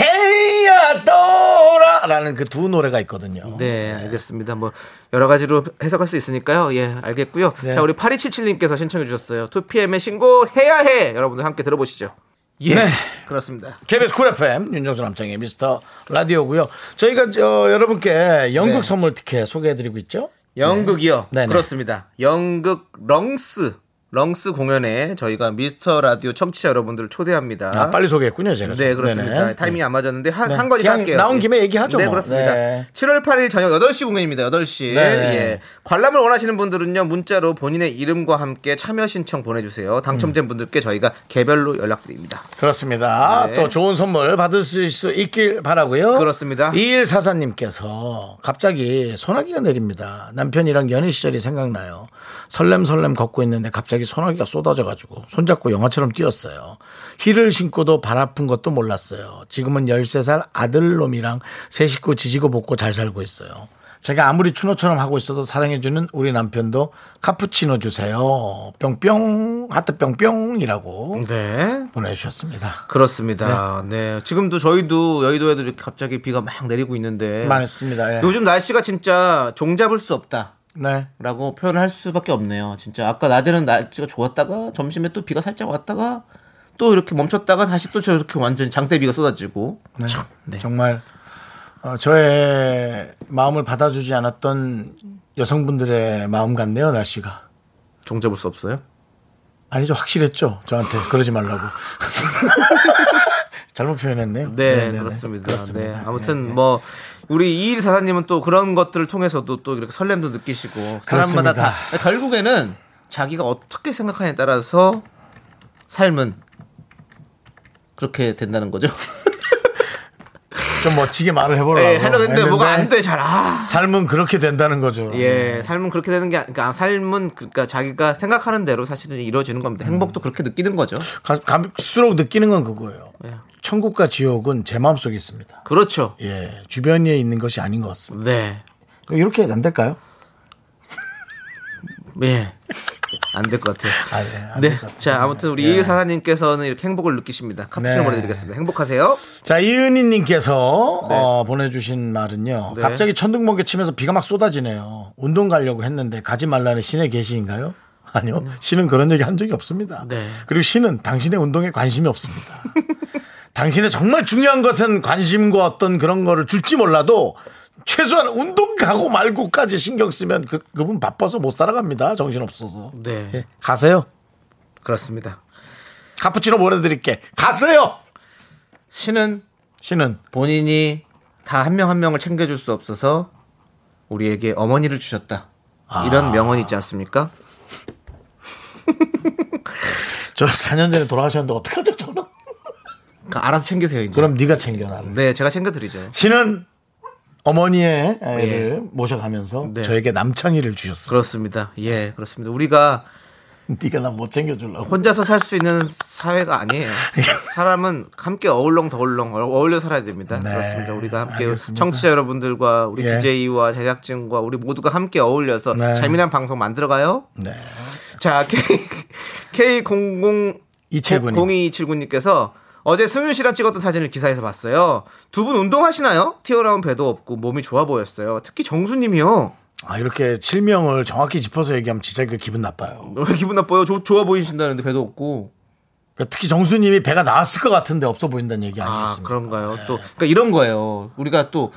Speaker 1: 헤이야, 떠라! 라는 그 두 노래가 있거든요.
Speaker 2: 네, 알겠습니다. 뭐 여러 가지로 해석할 수 있으니까요. 예, 알겠고요. 자, 우리 8277님께서 신청해 주셨어요. 2PM의 신곡 해야 해. 여러분들 함께 들어보시죠. 예.
Speaker 1: 네.
Speaker 2: 그렇습니다.
Speaker 1: KBS 쿨 FM 윤정수 남창의 미스터 라디오고요. 저희가 저, 여러분께 연극
Speaker 2: 네.
Speaker 1: 선물 티켓 소개해드리고 있죠.
Speaker 2: 연극이요.
Speaker 1: 네네.
Speaker 2: 그렇습니다. 연극 렁스 렁스 공연에 저희가 미스터 라디오 청취자 여러분들을 초대합니다.
Speaker 1: 아, 빨리 소개했군요, 제가.
Speaker 2: 네, 그렇습니다.
Speaker 1: 네네.
Speaker 2: 타이밍이 안 맞았는데 한,
Speaker 1: 네.
Speaker 2: 한 가지
Speaker 1: 그냥
Speaker 2: 할게요.
Speaker 1: 나온
Speaker 2: 예.
Speaker 1: 김에 얘기하죠,
Speaker 2: 네,
Speaker 1: 뭐.
Speaker 2: 그렇습니다.
Speaker 1: 네.
Speaker 2: 7월 8일 저녁 8시 공연입니다. 8시.
Speaker 1: 네.
Speaker 2: 예. 관람을 원하시는 분들은요. 문자로 본인의 이름과 함께 참여 신청 보내 주세요. 당첨된
Speaker 1: 음.
Speaker 2: 분들께 저희가 개별로 연락드립니다.
Speaker 1: 그렇습니다.
Speaker 2: 네.
Speaker 1: 또 좋은 선물 받으실 수 있길 바라고요.
Speaker 2: 그렇습니다.
Speaker 1: 이일 사사님께서 갑자기 소나기가 내립니다. 남편이랑 연애 시절이 생각나요. 설렘설렘 걷고 있는데 갑자기 소나기가 쏟아져가지고 손잡고 영화처럼 뛰었어요. 힐을 신고도 발 아픈 것도 몰랐어요. 지금은 13살 아들놈이랑 새 식구 지지고 볶고 잘 살고 있어요. 제가 아무리 추노처럼 하고 있어도 사랑해주는 우리 남편도 카푸치노 주세요. 뿅뿅 하트 뿅뿅이라고
Speaker 2: 네.
Speaker 1: 보내주셨습니다.
Speaker 2: 그렇습니다. 네. 지금도 저희도 여의도에도 이렇게 갑자기 비가 막 내리고 있는데
Speaker 1: 많았습니다. 예.
Speaker 2: 요즘 날씨가 진짜 종잡을 수 없다.
Speaker 1: 네.
Speaker 2: 라고 표현을 할 수밖에 없네요. 진짜 아까 낮에는 날씨가 좋았다가 점심에 또 비가 살짝 왔다가 또 이렇게 멈췄다가 다시 또 저렇게 완전 장대비가 쏟아지고
Speaker 1: 네.
Speaker 2: 참, 네.
Speaker 1: 정말 어, 저의 마음을 받아주지 않았던 여성분들의 마음 같네요 날씨가
Speaker 2: 종잡을 수 없어요.
Speaker 1: 아니죠 확실했죠 저한테 그러지 말라고 잘못 표현했네요
Speaker 2: 네,
Speaker 1: 네네네.
Speaker 2: 그렇습니다.
Speaker 1: 그렇습니다.
Speaker 2: 네. 아무튼 뭐 우리 이일 사사님은 또 그런 것들을 통해서도 또 이렇게 설렘도 느끼시고 사람마다 다 결국에는 자기가 어떻게 생각하냐에 따라서 삶은 그렇게 된다는 거죠.
Speaker 1: 좀 멋지게 말을 해보려고
Speaker 2: 네, 하려고 했는데 뭐가 안
Speaker 1: 했는데
Speaker 2: 돼, 잘. 아.
Speaker 1: 삶은 그렇게 된다는 거죠
Speaker 2: 예, 삶은 그렇게 되는 게 아니- 그러니까 삶은 그러니까 자기가 생각하는 대로 사실은 이루어지는 겁니다. 행복도 그렇게 느끼는 거죠.
Speaker 1: 가- 갈수록 느끼는 건 그거예요
Speaker 2: 예.
Speaker 1: 천국과 지옥은 제 마음속에 있습니다
Speaker 2: 그렇죠.
Speaker 1: 예 주변에 있는 것이 아닌 것 같습니다
Speaker 2: 네.
Speaker 1: 그럼 이렇게 안 될까요?
Speaker 2: 예. 안 될 것 같아요.
Speaker 1: 아, 예, 안
Speaker 2: 네.
Speaker 1: 될것 같아요.
Speaker 2: 자, 아무튼 우리 이일 사사님께서는 이렇게 행복을 느끼십니다. 카푸치노
Speaker 1: 네.
Speaker 2: 보내드리겠습니다. 행복하세요.
Speaker 1: 자 이은희님께서 어, 보내주신 말은요.
Speaker 2: 네.
Speaker 1: 갑자기 천둥번개 치면서 비가 막 쏟아지네요. 운동 가려고 했는데 가지 말라는 신의 계시인가요? 아니요. 신은 그런 얘기 한 적이 없습니다.
Speaker 2: 네.
Speaker 1: 그리고 신은 당신의 운동에 관심이 없습니다. 당신의 정말 중요한 것은 관심과 어떤 그런 거를 줄지 몰라도 최소한 운동 가고 말고까지 신경 쓰면 그, 그분 바빠서 못 살아갑니다. 정신 없어서.
Speaker 2: 네.
Speaker 1: 예, 가세요.
Speaker 2: 그렇습니다.
Speaker 1: 카푸치노 보내드릴게. 가세요.
Speaker 2: 신은
Speaker 1: 신은
Speaker 2: 본인이 다 한 명 한 명을 챙겨줄 수 없어서 우리에게 어머니를 주셨다. 이런 명언이 있지 않습니까?
Speaker 1: 저 4년 전에 돌아가셨는데 어떡하죠 저는?
Speaker 2: 그러니까 알아서 챙기세요, 이제.
Speaker 1: 그럼 네가 챙겨 나를.
Speaker 2: 네, 제가 챙겨드리죠.
Speaker 1: 신은 어머니의 애를 모셔가면서
Speaker 2: 예. 네.
Speaker 1: 저에게 남창희를 주셨어.
Speaker 2: 그렇습니다. 예, 그렇습니다. 우리가
Speaker 1: 네가 나 못 챙겨주려고.
Speaker 2: 혼자서 살 수 있는 사회가 아니에요. 사람은 함께 어울렁 더울렁 어- 어울려 살아야 됩니다.
Speaker 1: 네,
Speaker 2: 그렇습니다. 우리가 함께
Speaker 1: 알겠습니다.
Speaker 2: 청취자 여러분들과 우리
Speaker 1: 예.
Speaker 2: DJ와 제작진과 우리 모두가 함께 어울려서
Speaker 1: 네.
Speaker 2: 재미난 방송 만들어가요.
Speaker 1: 네.
Speaker 2: 자, K, K00
Speaker 1: 이칠구님.
Speaker 2: 0279님께서 어제 승윤 씨랑 찍었던 사진을 기사에서 봤어요. 두 분 운동하시나요? 튀어나온 배도 없고 몸이 좋아 보였어요. 특히 정수님이요.
Speaker 1: 아 이렇게 칠명을 정확히 짚어서 얘기하면 진짜 그 기분 나빠요.
Speaker 2: 왜 기분 나빠요? 조- 좋아 보이신다는데 배도 없고.
Speaker 1: 그러니까 특히 정수님이 배가 나왔을 것 같은데 없어 보인다는 네. 얘기
Speaker 2: 아,
Speaker 1: 아니겠습니까?
Speaker 2: 그런가요? 또, 그러니까 이런 거예요. 우리가 또,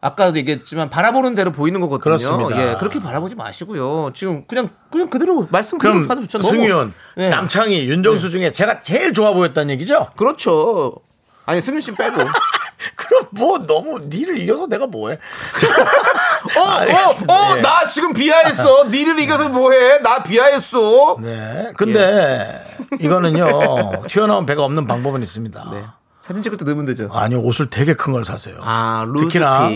Speaker 2: 아까도 얘기했지만 바라보는 대로 보이는 거거든요.
Speaker 1: 그렇습니다.
Speaker 2: 예, 그렇게 바라보지 마시고요. 지금 그냥, 그냥 그대로 말씀
Speaker 1: 그럼
Speaker 2: 그대로 받으면 너무-
Speaker 1: 승윤,
Speaker 2: 예.
Speaker 1: 남창희, 윤정수 중에 제가 제일 좋아 보였다는 얘기죠?
Speaker 2: 그렇죠. 어, 아니, 승윤 씨 빼고.
Speaker 1: 그럼 뭐 너무 니를 이겨서 내가 뭐해? 네.
Speaker 2: 어, 어, 어, 나 지금 비하했어. 니를 이겨서 뭐해? 나 비하했어.
Speaker 1: 네. 근데 이거는요 튀어나온 배가 없는 방법은 있습니다.
Speaker 2: 예. 네. 사진 찍을 때 넣으면 되죠.
Speaker 1: 아니요 옷을 되게 큰 걸 사세요.
Speaker 2: 아, 네, 루즈핏.
Speaker 1: 특히나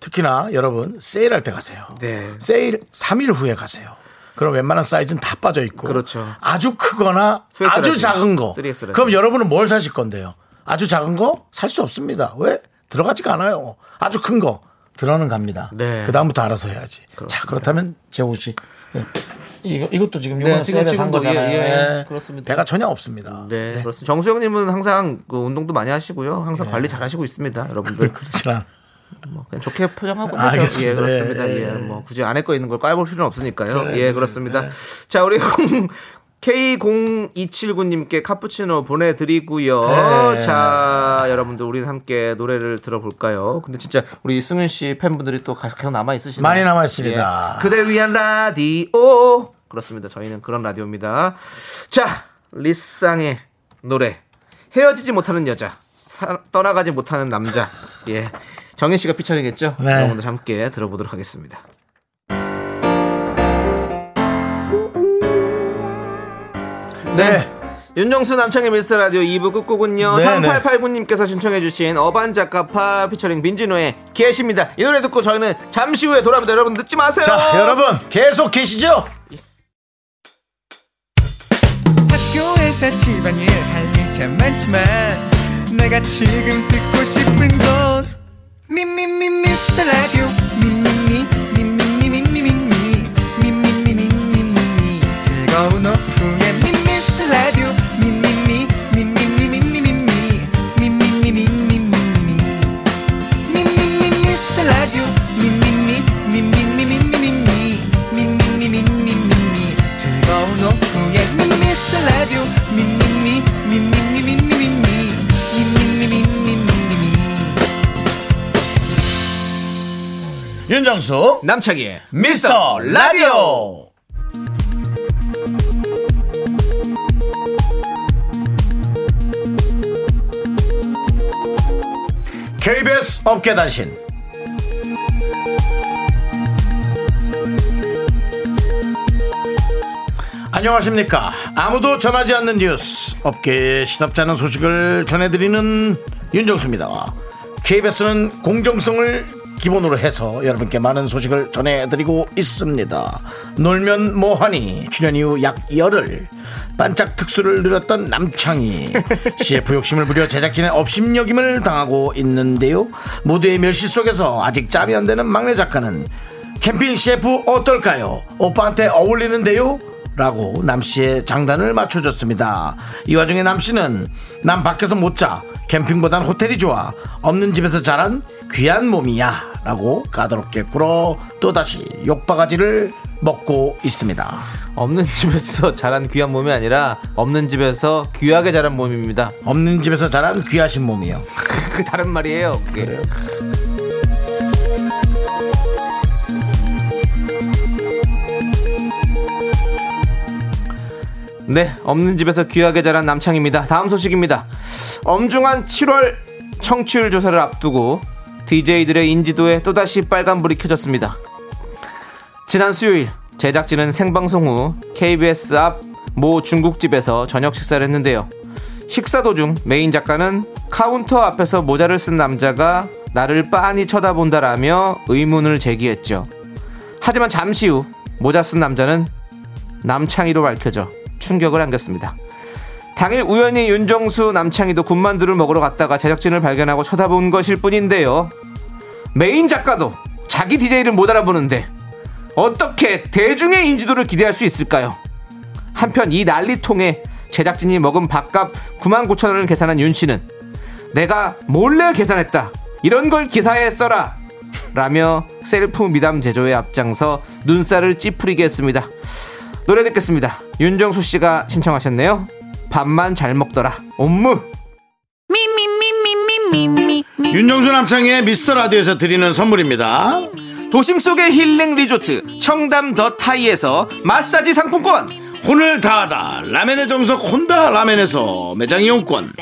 Speaker 1: 특히나 여러분 세일할 때 가세요.
Speaker 2: 네.
Speaker 1: 세일 3일 후에 가세요. 그럼 웬만한 사이즈는 다 빠져 있고.
Speaker 2: 그렇죠.
Speaker 1: 아주 크거나
Speaker 2: 2X 라지.
Speaker 1: 아주 작은 거.
Speaker 2: 3X 라지.
Speaker 1: 그럼 여러분은 뭘 사실 건데요? 아주 작은 거 살 수 없습니다. 왜? 들어가지가 않아요. 아주 큰 거. 들어는 갑니다.
Speaker 2: 네.
Speaker 1: 그 다음부터 알아서 해야지. 자, 그렇다면 제 옷이 네. 이거, 이것도 지금
Speaker 2: 네,
Speaker 1: 요번에
Speaker 2: 지금-
Speaker 1: 세일해서 한
Speaker 2: 지금도
Speaker 1: 거잖아요.
Speaker 2: 예, 예.
Speaker 1: 예.
Speaker 2: 그렇습니다.
Speaker 1: 배가 전혀 없습니다.
Speaker 2: 네, 그렇습니다. 정수영님은 항상 그 운동도 많이 하시고요. 항상 관리 잘 하시고 있습니다. 여러분들.
Speaker 1: 네. 그렇지 않아요.
Speaker 2: 뭐 그냥 좋게 포장하고
Speaker 1: 아,
Speaker 2: 되죠.
Speaker 1: 알겠습니다.
Speaker 2: 예, 그렇습니다.
Speaker 1: 예,
Speaker 2: 예,
Speaker 1: 예. 음, 네.
Speaker 2: 뭐 굳이 안에 거 있는 걸 깔볼 필요는 없으니까요. 예, 그렇습니다. 자, 우리 K0279님께 카푸치노 보내드리고요.
Speaker 1: 네.
Speaker 2: 자, 여러분들 우리는 함께 노래를 들어볼까요? 근데 진짜 우리 승윤 씨 팬분들이 또 계속 남아 있으시네요. 예.
Speaker 1: 많이 남아있습니다.
Speaker 2: 그댈 위한 라디오 그렇습니다. 저희는 그런 라디오입니다. 자, 리쌍의 노래 헤어지지 못하는 여자 사- 떠나가지 못하는 남자 예 정인 씨가 피처링했죠.
Speaker 1: 네.
Speaker 2: 여러분들 함께 들어보도록 하겠습니다. 네. 윤정수 남창의 미스터 라디오 2부 끝곡은요.
Speaker 1: 네,
Speaker 2: 3889님께서 신청해주신 어반 작가파 피처링 빈진호의 계십니다. 이 노래 듣고 저희는 잠시 후에 돌아옵니다. 여러분 늦지 마세요.
Speaker 1: 자, 여러분 계속 계시죠?
Speaker 5: 학교에서 집안일 할 일 참 많지만 내가 지금 듣고 싶은 건 미미미 미스터 라디오 미미미
Speaker 6: 윤정수
Speaker 2: 남창희의
Speaker 6: 미스터 라디오
Speaker 1: KBS 업계단신 안녕하십니까 아무도 전하지 않는 뉴스 업계에 시답잖은 소식을 전해드리는 윤정수입니다 KBS는 공정성을 기본으로 해서 여러분께 많은 소식을 전해드리고 있습니다 놀면 뭐하니 출연 이후 약 열흘 반짝 특수를 누렸던 남창희 CF 욕심을 부려 제작진의 업신여김을 당하고 있는데요 모두의 멸시 속에서 아직 짬이 안 되는 막내 작가는 캠핑 CF 어떨까요? 오빠한테 어울리는데요? 라고 남씨의 장단을 맞춰줬습니다. 이 와중에 남씨는 난 밖에서 못 자. 캠핑보단 호텔이 좋아. 없는 집에서 자란 귀한 몸이야. 라고 까다롭게 꿇어 또다시 욕바가지를 먹고 있습니다.
Speaker 2: 없는 집에서 자란 귀한 몸이 아니라 없는 집에서 귀하게 자란 몸입니다.
Speaker 1: 없는 집에서 자란 귀하신 몸이요.
Speaker 2: 그 다른 말이에요. 그래요. 네, 없는 집에서 귀하게 자란 남창입니다. 다음 소식입니다. 엄중한 7월 청취율 조사를 앞두고 DJ들의 인지도에 또다시 빨간불이 켜졌습니다. 지난 수요일 제작진은 생방송 후 KBS 앞 모 중국집에서 저녁 식사를 했는데요. 식사 도중 메인 작가는 카운터 앞에서 모자를 쓴 남자가 나를 빤히 쳐다본다라며 의문을 제기했죠. 하지만 잠시 후 모자 쓴 남자는 남창희로 밝혀져 충격을 안겼습니다. 당일 우연히 윤정수 남창희도 군만두를 먹으러 갔다가 제작진을 발견하고 쳐다본 것일 뿐인데요. 메인 작가도 자기 DJ를 못 알아보는데 어떻게 대중의 인지도를 기대할 수 있을까요? 한편 이 난리통에 제작진이 먹은 밥값 9만 9천 원을 계산한 윤 씨는 내가 몰래 계산했다. 이런 걸 기사에 써라. 라며 셀프 미담 제조에 앞장서 눈살을 찌푸리게 했습니다. 노래 듣겠습니다. 윤정수 씨가 신청하셨네요. 밥만 잘 먹더라. 업무.
Speaker 1: 윤정수 남창의 미스터 라디오에서 드리는 선물입니다.
Speaker 2: 도심 속의 힐링 리조트 청담 더 타이에서 마사지 상품권.
Speaker 1: 혼을 다하다 라멘의 정석 혼다 라멘에서 매장 이용권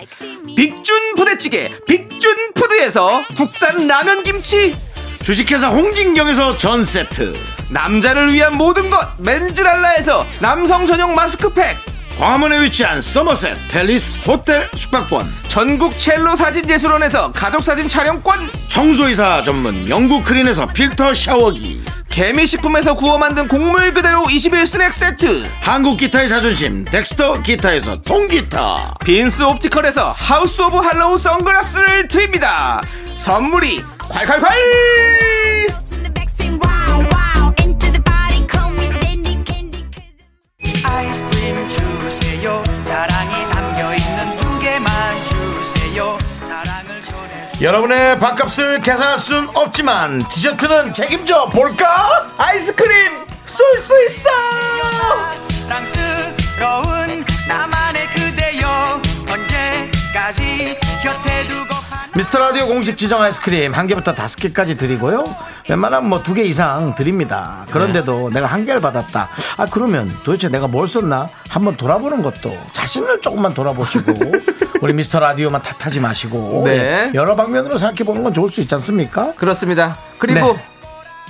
Speaker 2: 빅준 부대찌개 빅준 푸드에서 국산 라면 김치.
Speaker 1: 주식회사 홍진경에서 전세트
Speaker 2: 남자를 위한 모든 것 맨즈랄라에서 남성 전용 마스크팩
Speaker 1: 광화문에 위치한 서머셋 팰리스 호텔 숙박권
Speaker 2: 전국 첼로 사진 예술원에서 가족 사진 촬영권
Speaker 1: 청소이사 전문 영국 크린에서 필터 샤워기
Speaker 2: 개미식품에서 구워 만든 곡물 그대로 21 스낵 세트
Speaker 1: 한국 기타의 자존심 덱스터 기타에서 통기타
Speaker 2: 빈스 옵티컬에서 하우스 오브 할로우 선글라스를 드립니다 선물이 콸콸콸
Speaker 7: 아이스크림 주세요 사랑이 담겨있는 두 개만 주세요 사랑을 전해주
Speaker 1: 여러분의 밥값을 계산할 순 없지만 디저트는 책임져 볼까? 아이스크림 쏠 수 있어
Speaker 7: 사랑스러운 나만의 그대여 언제까지 곁에 두고 반
Speaker 1: 미스터 라디오 공식 지정 아이스크림 한 개부터 다섯 개까지 드리고요. 웬만하면 뭐 두 개 이상 드립니다. 그런데도
Speaker 2: 네.
Speaker 1: 내가 한 개를 받았다. 아 그러면 도대체 내가 뭘 썼나 한번 돌아보는 것도 자신을 조금만 돌아보시고 우리 미스터 라디오만 탓하지 마시고
Speaker 2: 네.
Speaker 1: 예, 여러 방면으로 생각해 보는 건 좋을 수 있지 않습니까?
Speaker 2: 그렇습니다 그리고
Speaker 1: 네.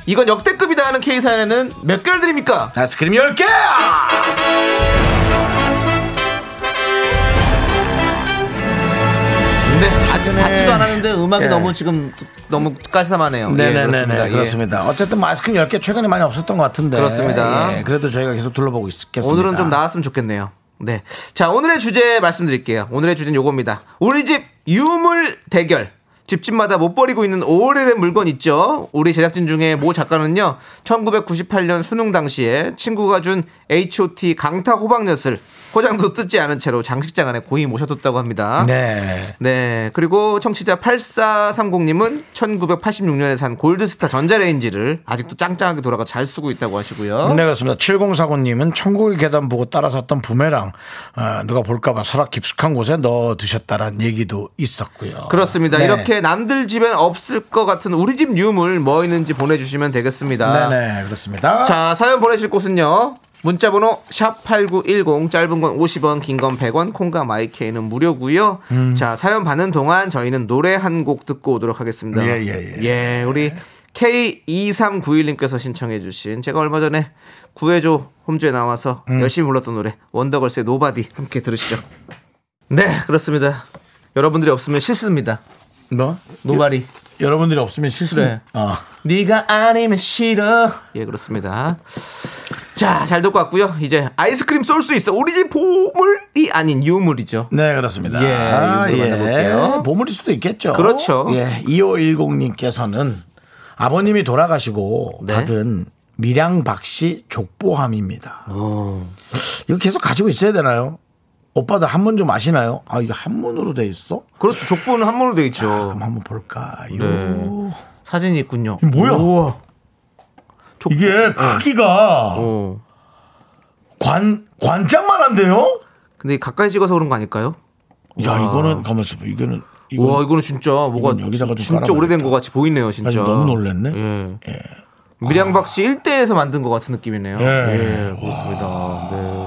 Speaker 2: 이건 역대급이다 하는 케이 사연에는 몇 개를 드립니까
Speaker 1: 아이스크림 10개! 예,
Speaker 2: 네, 받- 받지도 않았는데 음악이
Speaker 1: 예.
Speaker 2: 너무 지금 너무 깔쌈하네요. 예,
Speaker 1: 네네네네.
Speaker 2: 예.
Speaker 1: 그렇습니다. 어쨌든 뭐 아이스크림 10개 최근에 많이 없었던 것 같은데.
Speaker 2: 그렇습니다.
Speaker 1: 예, 그래도 저희가 계속 둘러보고 있겠습니다.
Speaker 2: 오늘은 좀 나왔으면 좋겠네요. 네. 자, 오늘의 주제 말씀드릴게요. 오늘의 주제는 요겁니다. 우리 집 유물 대결. 집집마다 못 버리고 있는 오래된 물건 있죠. 우리 제작진 중에 모 작가는요. 1998년 수능 당시에 친구가 준 H.O.T. 강타 호박엿을 포장도 뜯지 않은 채로 장식장 안에 고이 모셔뒀다고 합니다.
Speaker 1: 네.
Speaker 2: 네. 그리고 청취자 8430님은 1986년에 산 골드스타 전자레인지를 아직도 짱짱하게 돌아가 잘 쓰고 있다고 하시고요.
Speaker 1: 네, 그렇습니다. 7049님은 천국의 계단 보고 따라 샀던 부메랑, 어, 누가 볼까봐 서랍 깊숙한 곳에 넣어 드셨다라는 얘기도 있었고요.
Speaker 2: 그렇습니다.
Speaker 1: 네.
Speaker 2: 이렇게 이렇게 남들 집엔 없을 것 같은 우리 집 유물 뭐 있는지 보내주시면 되겠습니다.
Speaker 1: 네네 그렇습니다.
Speaker 2: 자, 사연 보내실 곳은요. 문자번호 샵8910 짧은 건 50원 긴 건 100원 콩과 마이케이는 무료고요.
Speaker 1: 음.
Speaker 2: 자 사연 받는 동안 저희는 노래 한 곡 듣고 오도록 하겠습니다.
Speaker 1: 예, 예,
Speaker 2: 예, 우리 K2391님께서 신청해 주신 제가 얼마 전에 구해줘 홈즈에 나와서
Speaker 1: 음.
Speaker 2: 열심히 불렀던 노래 원더걸스의 노바디 함께 들으시죠. 네 그렇습니다. 여러분들이 없으면 실수입니다.
Speaker 1: 뭐
Speaker 2: 노바디.
Speaker 1: 여, 러분들이 없으면 실수.
Speaker 2: 그래.
Speaker 1: 어.
Speaker 2: 네가 아니면 싫어. 예, 그렇습니다. 자, 잘 듣고 왔고요. 이제 아이스크림 쏠 수 있어. 우리 집 보물이 아닌 유물이죠.
Speaker 1: 네 그렇습니다. 아,
Speaker 2: 예, 이분들 만나볼게요.
Speaker 1: 보물일 수도 있겠죠.
Speaker 2: 그렇죠.
Speaker 1: 예, 2510님께서는 아버님이 돌아가시고
Speaker 2: 네.
Speaker 1: 받은 밀양박씨 족보함입니다.
Speaker 2: 어.
Speaker 1: 이거 계속 가지고 있어야 되나요? 오빠들 한문 좀 아시나요? 아 이게 한문으로 돼 있어?
Speaker 2: 그렇죠. 족보는 한문으로 돼 있죠.
Speaker 1: 그럼 한번 볼까요?
Speaker 2: 네. 사진이 있군요.
Speaker 1: 이게 뭐야?
Speaker 2: 우와. 족보. 네.
Speaker 1: 이게 크기가
Speaker 2: 어.
Speaker 1: 관 관짝만 한데요?
Speaker 2: 근데 가까이 찍어서 그런 거 아닐까요?
Speaker 1: 야
Speaker 2: 와.
Speaker 1: 이거는 가만있어 봐. 이거는 이거
Speaker 2: 와, 이거는 진짜 뭐가
Speaker 1: 이건 여기다가 좀
Speaker 2: 진짜
Speaker 1: 깔아봐야겠다.
Speaker 2: 오래된 거 같이 보이네요, 진짜.
Speaker 1: 사실 너무 놀랬네.
Speaker 2: 예. 미량박 씨 일대에서 만든 것 같은 느낌이네요.
Speaker 1: 예.
Speaker 2: 예, 그렇습니다. 네.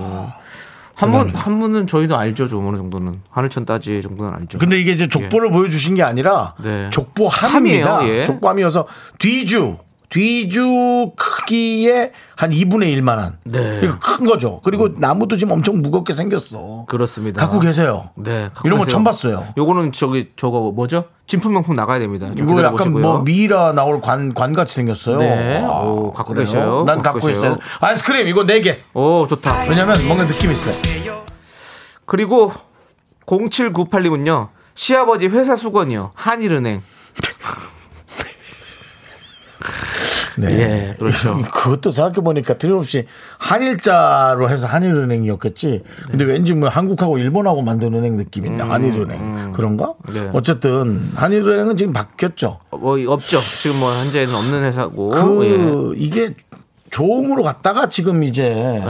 Speaker 2: 한문 한문은 저희도 알죠, 좀 어느 정도는 한울천 따지 정도는 알죠.
Speaker 1: 근데 이게 이제 족보를 보여주신 게 아니라
Speaker 2: 예. 네.
Speaker 1: 족보함입니다.
Speaker 2: 함이에요, 예.
Speaker 1: 족보함이어서 뒤주 뒤주 크기의 한 2분의 1만한.
Speaker 2: 네. 음.
Speaker 1: 이거 큰 거죠. 그리고 나무도 지금 엄청 무겁게 생겼어.
Speaker 2: 그렇습니다.
Speaker 1: 갖고 계세요.
Speaker 2: 아. 네, 갖고
Speaker 1: 이런 거
Speaker 2: 계세요.
Speaker 1: 처음 봤어요.
Speaker 2: 요거는 저기 저거 뭐죠? 진품 명품 나가야 됩니다. 좀
Speaker 1: 이거 약간
Speaker 2: 기다려보시고요.
Speaker 1: 뭐 미라 나올 관, 관 같이 생겼어요. 아,
Speaker 2: 네. 오, 갖고
Speaker 1: 그래요?
Speaker 2: 계셔요.
Speaker 1: 난
Speaker 2: 갖고
Speaker 1: 갖고,
Speaker 2: 계셔요.
Speaker 1: 있어요. 아이스크림 이거 4개.
Speaker 2: 오, 좋다.
Speaker 1: 왜냐면 뭔가 느낌 있어요.
Speaker 2: 그리고 0798님은요. 시아버지 회사 수건이요. 한일은행.
Speaker 1: 네.
Speaker 2: 예, 그렇죠.
Speaker 1: 그것도 생각해보니까 틀림없이 한일자로 해서 한일은행이었겠지. 근데
Speaker 2: 네.
Speaker 1: 왠지 뭐 한국하고 일본하고 만든 은행 느낌인데, 한일은행. 그런가?
Speaker 2: 음, 네.
Speaker 1: 어쨌든, 한일은행은 지금 바뀌었죠.
Speaker 2: 뭐 없죠. 지금 뭐 현재는 없는 회사고. 예.
Speaker 1: 그, 이게 조응으로 갔다가 지금 이제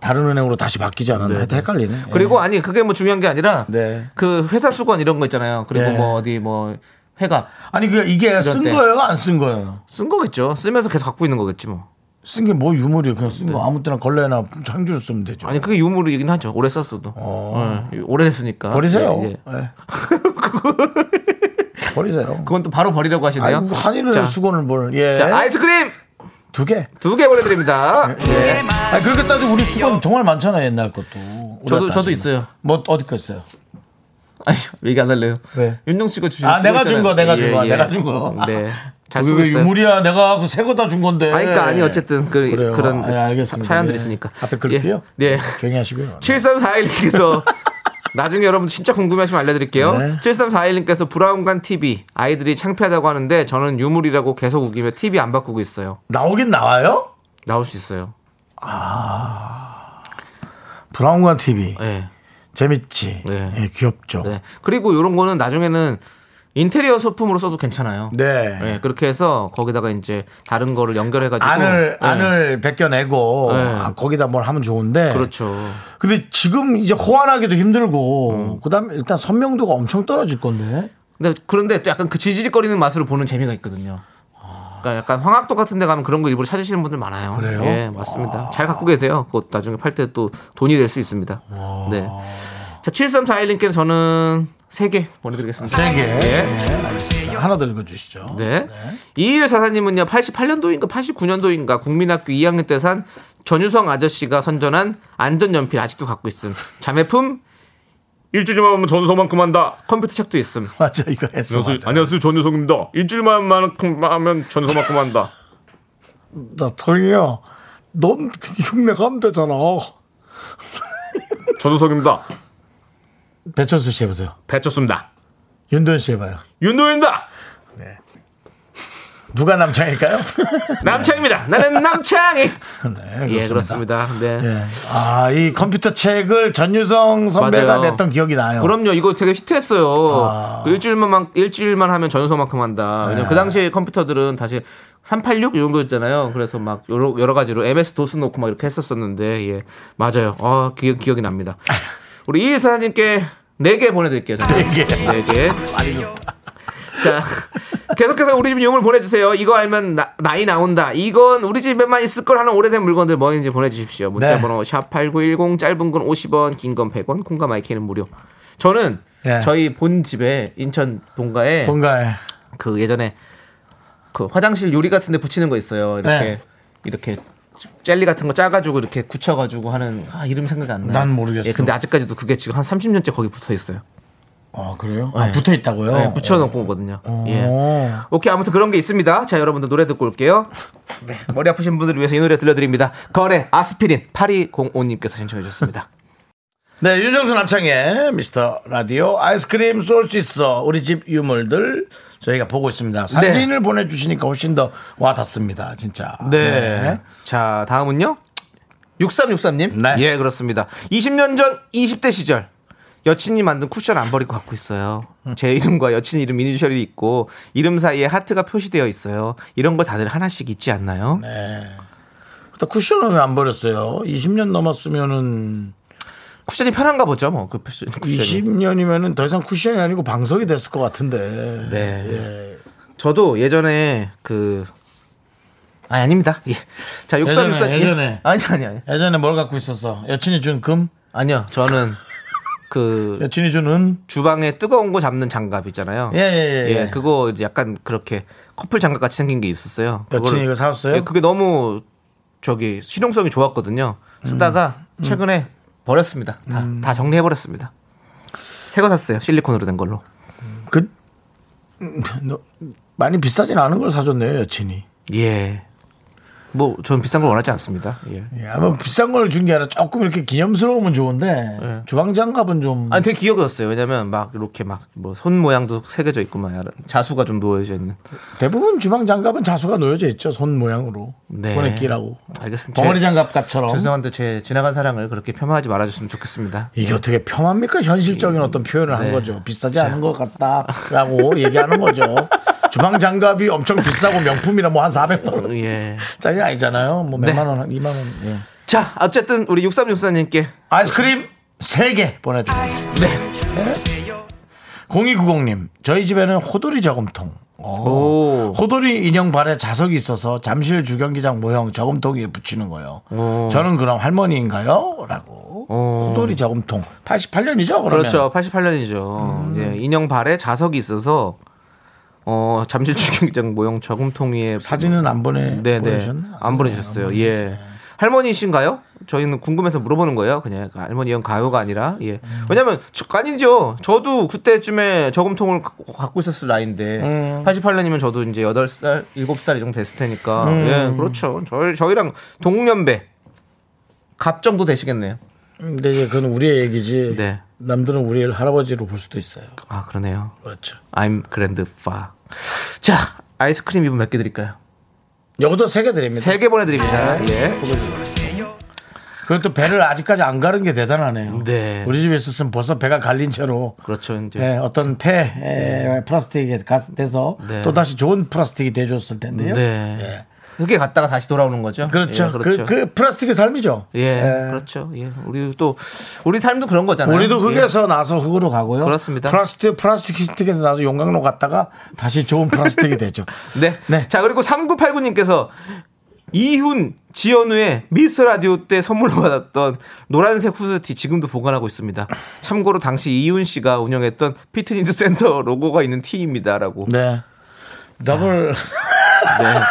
Speaker 1: 다른 은행으로 다시 바뀌지 않았나. 하여튼 헷갈리네.
Speaker 2: 네.
Speaker 1: 예.
Speaker 2: 그리고 아니 그게 뭐 중요한 게 아니라
Speaker 1: 네.
Speaker 2: 그 회사 수건 이런 거 있잖아요. 그리고
Speaker 1: 네.
Speaker 2: 뭐 어디 뭐 회가
Speaker 1: 아니, 그 이게 쓴
Speaker 2: 때.
Speaker 1: 거예요? 안 쓴 거예요?
Speaker 2: 쓴 거겠죠. 쓰면서 계속 갖고 있는 거겠지 뭐.
Speaker 1: 쓴 게 뭐 유물이에요? 그냥 쓴 거 아무 때나 걸레나 창주로 쓰면 되죠.
Speaker 2: 네. 아니 그게 유물이긴 하죠. 오래 썼어도. 예, 오래됐으니까.
Speaker 1: 버리세요.
Speaker 2: 예, 예.
Speaker 1: 예. 버리세요.
Speaker 2: 그건 또 바로 버리려고 하시네요.
Speaker 1: 아이고, 한일은행
Speaker 2: 자,
Speaker 1: 수건을 뭘. 예.
Speaker 2: 자, 아이스크림
Speaker 1: 두 개.
Speaker 2: 두 개 보내드립니다. 예.
Speaker 1: 아 그렇게 따지고 우리 수건 정말 많잖아 옛날 것도. 우리가
Speaker 2: 저도-
Speaker 1: 따지면.
Speaker 2: 저도 있어요.
Speaker 1: 뭐 어디 거 있어요?
Speaker 2: 아니 얘기 안 할래요.
Speaker 1: 왜?
Speaker 2: 윤정 씨가 주신.
Speaker 1: 아 내가
Speaker 2: 수건
Speaker 1: 준 거, 내가 준
Speaker 2: 있잖아요.
Speaker 1: 거,
Speaker 2: 예, 예.
Speaker 1: 내가 준 거.
Speaker 2: 네. 잘
Speaker 1: 그게
Speaker 2: 쓰고
Speaker 1: 왜
Speaker 2: 있어요.
Speaker 1: 유물이야? 내가 그 새 거 다 준 건데.
Speaker 2: 아니, 그러니까 아니, 어쨌든 그-
Speaker 1: 그래요.
Speaker 2: 그런
Speaker 1: 아, 알겠습니다.
Speaker 2: 사- 사연들이
Speaker 1: 예.
Speaker 2: 있으니까.
Speaker 1: 앞에 글게요.
Speaker 2: 예. 예.
Speaker 1: 조용히 하시고요.
Speaker 2: 7341님께서 나중에 여러분 진짜 궁금해하시면 알려드릴게요.
Speaker 1: 네.
Speaker 2: 7341님께서 브라운관 TV 아이들이 창피하다고 하는데 저는 유물이라고 계속 우기며 TV 안 바꾸고 있어요.
Speaker 1: 나오긴 나와요?
Speaker 2: 나올 수 있어요.
Speaker 1: 브라운관 TV
Speaker 2: 예.
Speaker 1: 재밌지.
Speaker 2: 네.
Speaker 1: 예, 귀엽죠. 네.
Speaker 2: 네. 그리고 이런 거는 나중에는 인테리어 소품으로 써도 괜찮아요.
Speaker 1: 네.
Speaker 2: 예, 그렇게 해서 거기다가 이제 다른 거를 연결해가지고
Speaker 1: 안을
Speaker 2: 예.
Speaker 1: 안을 벗겨내고
Speaker 2: 네.
Speaker 1: 아, 거기다 뭘 하면 좋은데.
Speaker 2: 그렇죠.
Speaker 1: 근데 지금 이제 호환하기도 힘들고 그다음에 일단 선명도가 엄청 떨어질 건데.
Speaker 2: 근데 그런데 또 약간 그 지지직거리는 맛으로 보는 재미가 있거든요. 그러니까 약간 황학도 같은 데 가면 그런 거 일부러 찾으시는 분들 많아요.
Speaker 1: 그래요?
Speaker 2: 예, 맞습니다. 잘 갖고 계세요. 그것 나중에 팔 때 또 돈이 될 수 있습니다. 네. 자, 7341님께는 저는 세 개 보내드리겠습니다.
Speaker 1: 세 개.
Speaker 2: 예.
Speaker 1: 하나 더 읽어주시죠.
Speaker 2: 네. 이일 사사님은요, 88년도인가 89년도인가 국민학교 2학년 때 산 전유성 아저씨가 선전한 안전연필 아직도 갖고 있음. 자매품
Speaker 8: 일주일만 하면 전소만큼 한다
Speaker 2: 컴퓨터 책도 있음.
Speaker 1: 맞아 이거 했어. 맞아.
Speaker 8: 안녕하세요 전유성입니다 일주일만큼 하면 전소만큼 한다
Speaker 1: 나 텅이야. 넌 흉내 가면 되잖아.
Speaker 8: 전우석입니다.
Speaker 1: 배철수 씨 해보세요.
Speaker 8: 배쳤습니다.
Speaker 1: 윤도현 씨 해봐요.
Speaker 8: 윤도현다.
Speaker 1: 누가 남창일까요?
Speaker 2: 남창입니다. 나는 남창이.
Speaker 1: 네,
Speaker 2: 예, 그렇습니다. 네.
Speaker 1: 예. 아, 이 컴퓨터 책을 전유성 선배가
Speaker 2: 맞아요.
Speaker 1: 냈던 기억이 나요.
Speaker 2: 그럼요. 이거 되게 히트했어요.
Speaker 1: 아. 네.
Speaker 2: 그 일주일만 만- 일주일만 하면 전소만큼 한다. 왜냐면 그 당시에 컴퓨터들은 다시 386 이 정도였잖아요. 그래서 막 여러, 여러 가지로 MS 도스 놓고 막 이렇게 했었었는데 예 맞아요. 아 기, 기억이 납니다. 우리 이일사님께 네 개 보내드릴게요. 네 개. 네 개. 자, 계속해서 우리 집 용을 보내주세요. 이거 알면 나, 이 나온다. 이건 우리 집에만 있을 걸 하는 오래된 물건들 뭐인지 보내주십시오.
Speaker 1: 네.
Speaker 2: 문자번호 어, 샵8910 짧은 건 50원, 긴 건 100원, 콩과 마이크는 무료. 저는
Speaker 1: 네.
Speaker 2: 저희 본 집에 인천 본가에
Speaker 1: 뭔가에
Speaker 2: 그 예전에 그 화장실 유리 같은 데 붙이는 거 있어요. 이렇게
Speaker 1: 네.
Speaker 2: 이렇게 젤리 같은 거 짜가지고 이렇게 굳혀가지고 하는 아 이름 생각이 안 나.
Speaker 1: 난 모르겠어.
Speaker 2: 예, 근데 아직까지도 그게 지금 한 30년째 거기 붙어 있어요.
Speaker 1: 아 그래요?
Speaker 2: 네.
Speaker 1: 아, 붙어 어. 있다고요?
Speaker 2: 예, 붙여놓고 오거든요. 예.
Speaker 1: 오.
Speaker 2: 오케이 아무튼 그런 게 있습니다. 자 여러분들 노래 듣고 올게요. 네, 머리 아프신 분들을 위해서 이 노래 들려드립니다. 거래 아스피린 8205님께서 신청해 주셨습니다.
Speaker 1: 네, 윤정수 남창의 미스터 라디오 아이스크림 쏠 수 있어 우리 집 유물들 저희가 보고
Speaker 2: 네.
Speaker 1: 있습니다. 사진을 보내주시니까 훨씬 더 와닿습니다, 진짜.
Speaker 2: 네. 자 다음은요. 6363님.
Speaker 1: 네.
Speaker 2: 예 그렇습니다. 20년 전 20대 시절. 여친이 만든 쿠션 안 버리고 갖고 있어요. 제 이름과 여친 이름 이니셜이 있고 이름 사이에 하트가 표시되어 있어요. 이런 거 다들 하나씩 있지 않나요?
Speaker 1: 네. 또 쿠션은 왜 안 버렸어요? 20년 넘었으면은
Speaker 2: 쿠션이 편한가 보죠. 뭐 그 표시. 쿠션이.
Speaker 1: 20년이면은 더 이상 쿠션이 아니고 방석이 됐을 것 같은데.
Speaker 2: 네.
Speaker 1: 예.
Speaker 2: 저도 예전에 그 아, 아닙니다. 예. 자, 6364
Speaker 1: 예전에.
Speaker 2: 아니 아니 아니.
Speaker 1: 예전에 뭘 갖고 있었어? 여친이 준 금,
Speaker 2: 아니요. 저는 그
Speaker 1: 여친이 준 은.
Speaker 2: 주방에 뜨거운 거 잡는 장갑 있잖아요.
Speaker 1: 예, 예, 예.
Speaker 2: 예, 그거 이제 약간 그렇게 커플 장갑 같이 생긴 게 있었어요.
Speaker 1: 여친이
Speaker 2: 그거를-
Speaker 1: 이거 사왔어요?
Speaker 2: 예, 그게 너무 저기 실용성이 좋았거든요. 쓰다가 최근에 버렸습니다. 다, 다 정리해 버렸습니다. 새 거 샀어요. 실리콘으로 된 걸로.
Speaker 1: 그 음, 너, 많이 비싸진 않은 걸 사줬네요, 여친이.
Speaker 2: 예. 뭐 저는 비싼 걸 원하지 않습니다. 예.
Speaker 1: 예, 아마 비싼 걸 준 게 아니라 조금 이렇게 기념스러우면 좋은데 주방장갑은 좀
Speaker 2: 아니 되게 기억이었어요. 왜냐면 막 이렇게 막 뭐 손 모양도 새겨져 있고 막 이런 자수가 좀 놓여져 있는.
Speaker 1: 대부분 주방장갑은 자수가 놓여져 있죠 손 모양으로
Speaker 2: 네.
Speaker 1: 손에 끼라고
Speaker 2: 알겠습니다.
Speaker 1: 덩어리
Speaker 2: 제-
Speaker 1: 장갑처럼
Speaker 2: 죄송한데 제 지나간 사랑을 그렇게 폄하하지 말아줬으면 좋겠습니다.
Speaker 1: 이게 어떻게 폄합니까 현실적인 어떤 표현을 한
Speaker 2: 네.
Speaker 1: 거죠 비싸지 않은 것 같다라고 얘기하는 거죠 주방장갑이 엄청 비싸고 명품이라 뭐 한 400만 원
Speaker 2: 예.
Speaker 1: 짜리 아니잖아요 뭐
Speaker 2: 네.
Speaker 1: 몇만 원, 2만 원 예.
Speaker 2: 자, 어쨌든 우리 6364님께
Speaker 1: 아이스크림 3개 보내드립니다 0290님 저희 집에는 호돌이 저금통
Speaker 2: 오.
Speaker 1: 호돌이 인형 발에 자석이 있어서 잠실 주경기장 모형 저금통 위에 붙이는 거예요. 저는 그럼 할머니인가요? 라고.
Speaker 2: 오.
Speaker 1: 호돌이 저금통. 88년이죠? 그러면. 음.
Speaker 2: 그렇죠. 88년이죠. 예, 인형 발에 자석이 있어서 어, 잠실 주경장 모형 저금통 위에
Speaker 1: 사진은 안 보내,
Speaker 2: 네, 네.
Speaker 1: 보내셨나? 아, 네.
Speaker 2: 안 보내주셨어요. 예. 할머니이신가요? 저희는 궁금해서 물어보는 거예요. 그냥 약간 할머니 형 가요가 아니라. 예.
Speaker 1: 음.
Speaker 2: 왜냐면 저- 아니죠. 저도 그때쯤에 저금통을 가- 갖고 있었을 나이인데
Speaker 1: 네.
Speaker 2: 88년이면 저도 이제 8살, 7살 이 정도 됐을 테니까.
Speaker 1: 음.
Speaker 2: 예. 그렇죠. 저희 저희랑 동년배 갑 정도 되시겠네요.
Speaker 1: 근데 이제 그건 우리의 얘기지.
Speaker 2: 네.
Speaker 1: 남들은 우리를 할아버지로 볼 수도 있어요.
Speaker 2: 아, 그러네요.
Speaker 1: 그렇죠.
Speaker 2: I'm grand fa. 자, 아이스크림 이분 몇 개 드릴까요?
Speaker 1: 요것도 3개 드립니다.
Speaker 2: 세 개 보내
Speaker 1: 아,
Speaker 2: 드립니다. 예.
Speaker 1: 그것도 배를 아직까지 안 가른 게 대단하네요.
Speaker 2: 네.
Speaker 1: 우리 집에 있었으면 벌써 배가 갈린 채로
Speaker 2: 그렇죠. 이제
Speaker 1: 예, 어떤 폐 예, 플라스틱에 가- 돼서
Speaker 2: 네.
Speaker 1: 또 다시 좋은 플라스틱이 돼줬을 텐데요.
Speaker 2: 네.
Speaker 1: 예.
Speaker 2: 그게 갔다가 다시 돌아오는 거죠.
Speaker 1: 그렇죠.
Speaker 2: 예,
Speaker 1: 그
Speaker 2: 그렇죠.
Speaker 1: 그 플라스틱의 삶이죠.
Speaker 2: 예, 그렇죠. 예. 우리 또 우리 삶도 그런 거잖아요.
Speaker 1: 우리도
Speaker 2: 예.
Speaker 1: 흙에서 나서 흙으로 가고요.
Speaker 2: 그렇습니다.
Speaker 1: 플라스틱 플라스틱에서 나서 용광로 갔다가 다시 좋은 플라스틱이 되죠.
Speaker 2: 네.
Speaker 1: 네.
Speaker 2: 자, 그리고 3989님께서 이훈 지연우의 미스 라디오 때 선물로 받았던 노란색 후드티 지금도 보관하고 있습니다. 참고로 당시 이훈 씨가 운영했던 피트니스 센터 로고가 있는 티입니다라고. 네.
Speaker 1: 네. 더블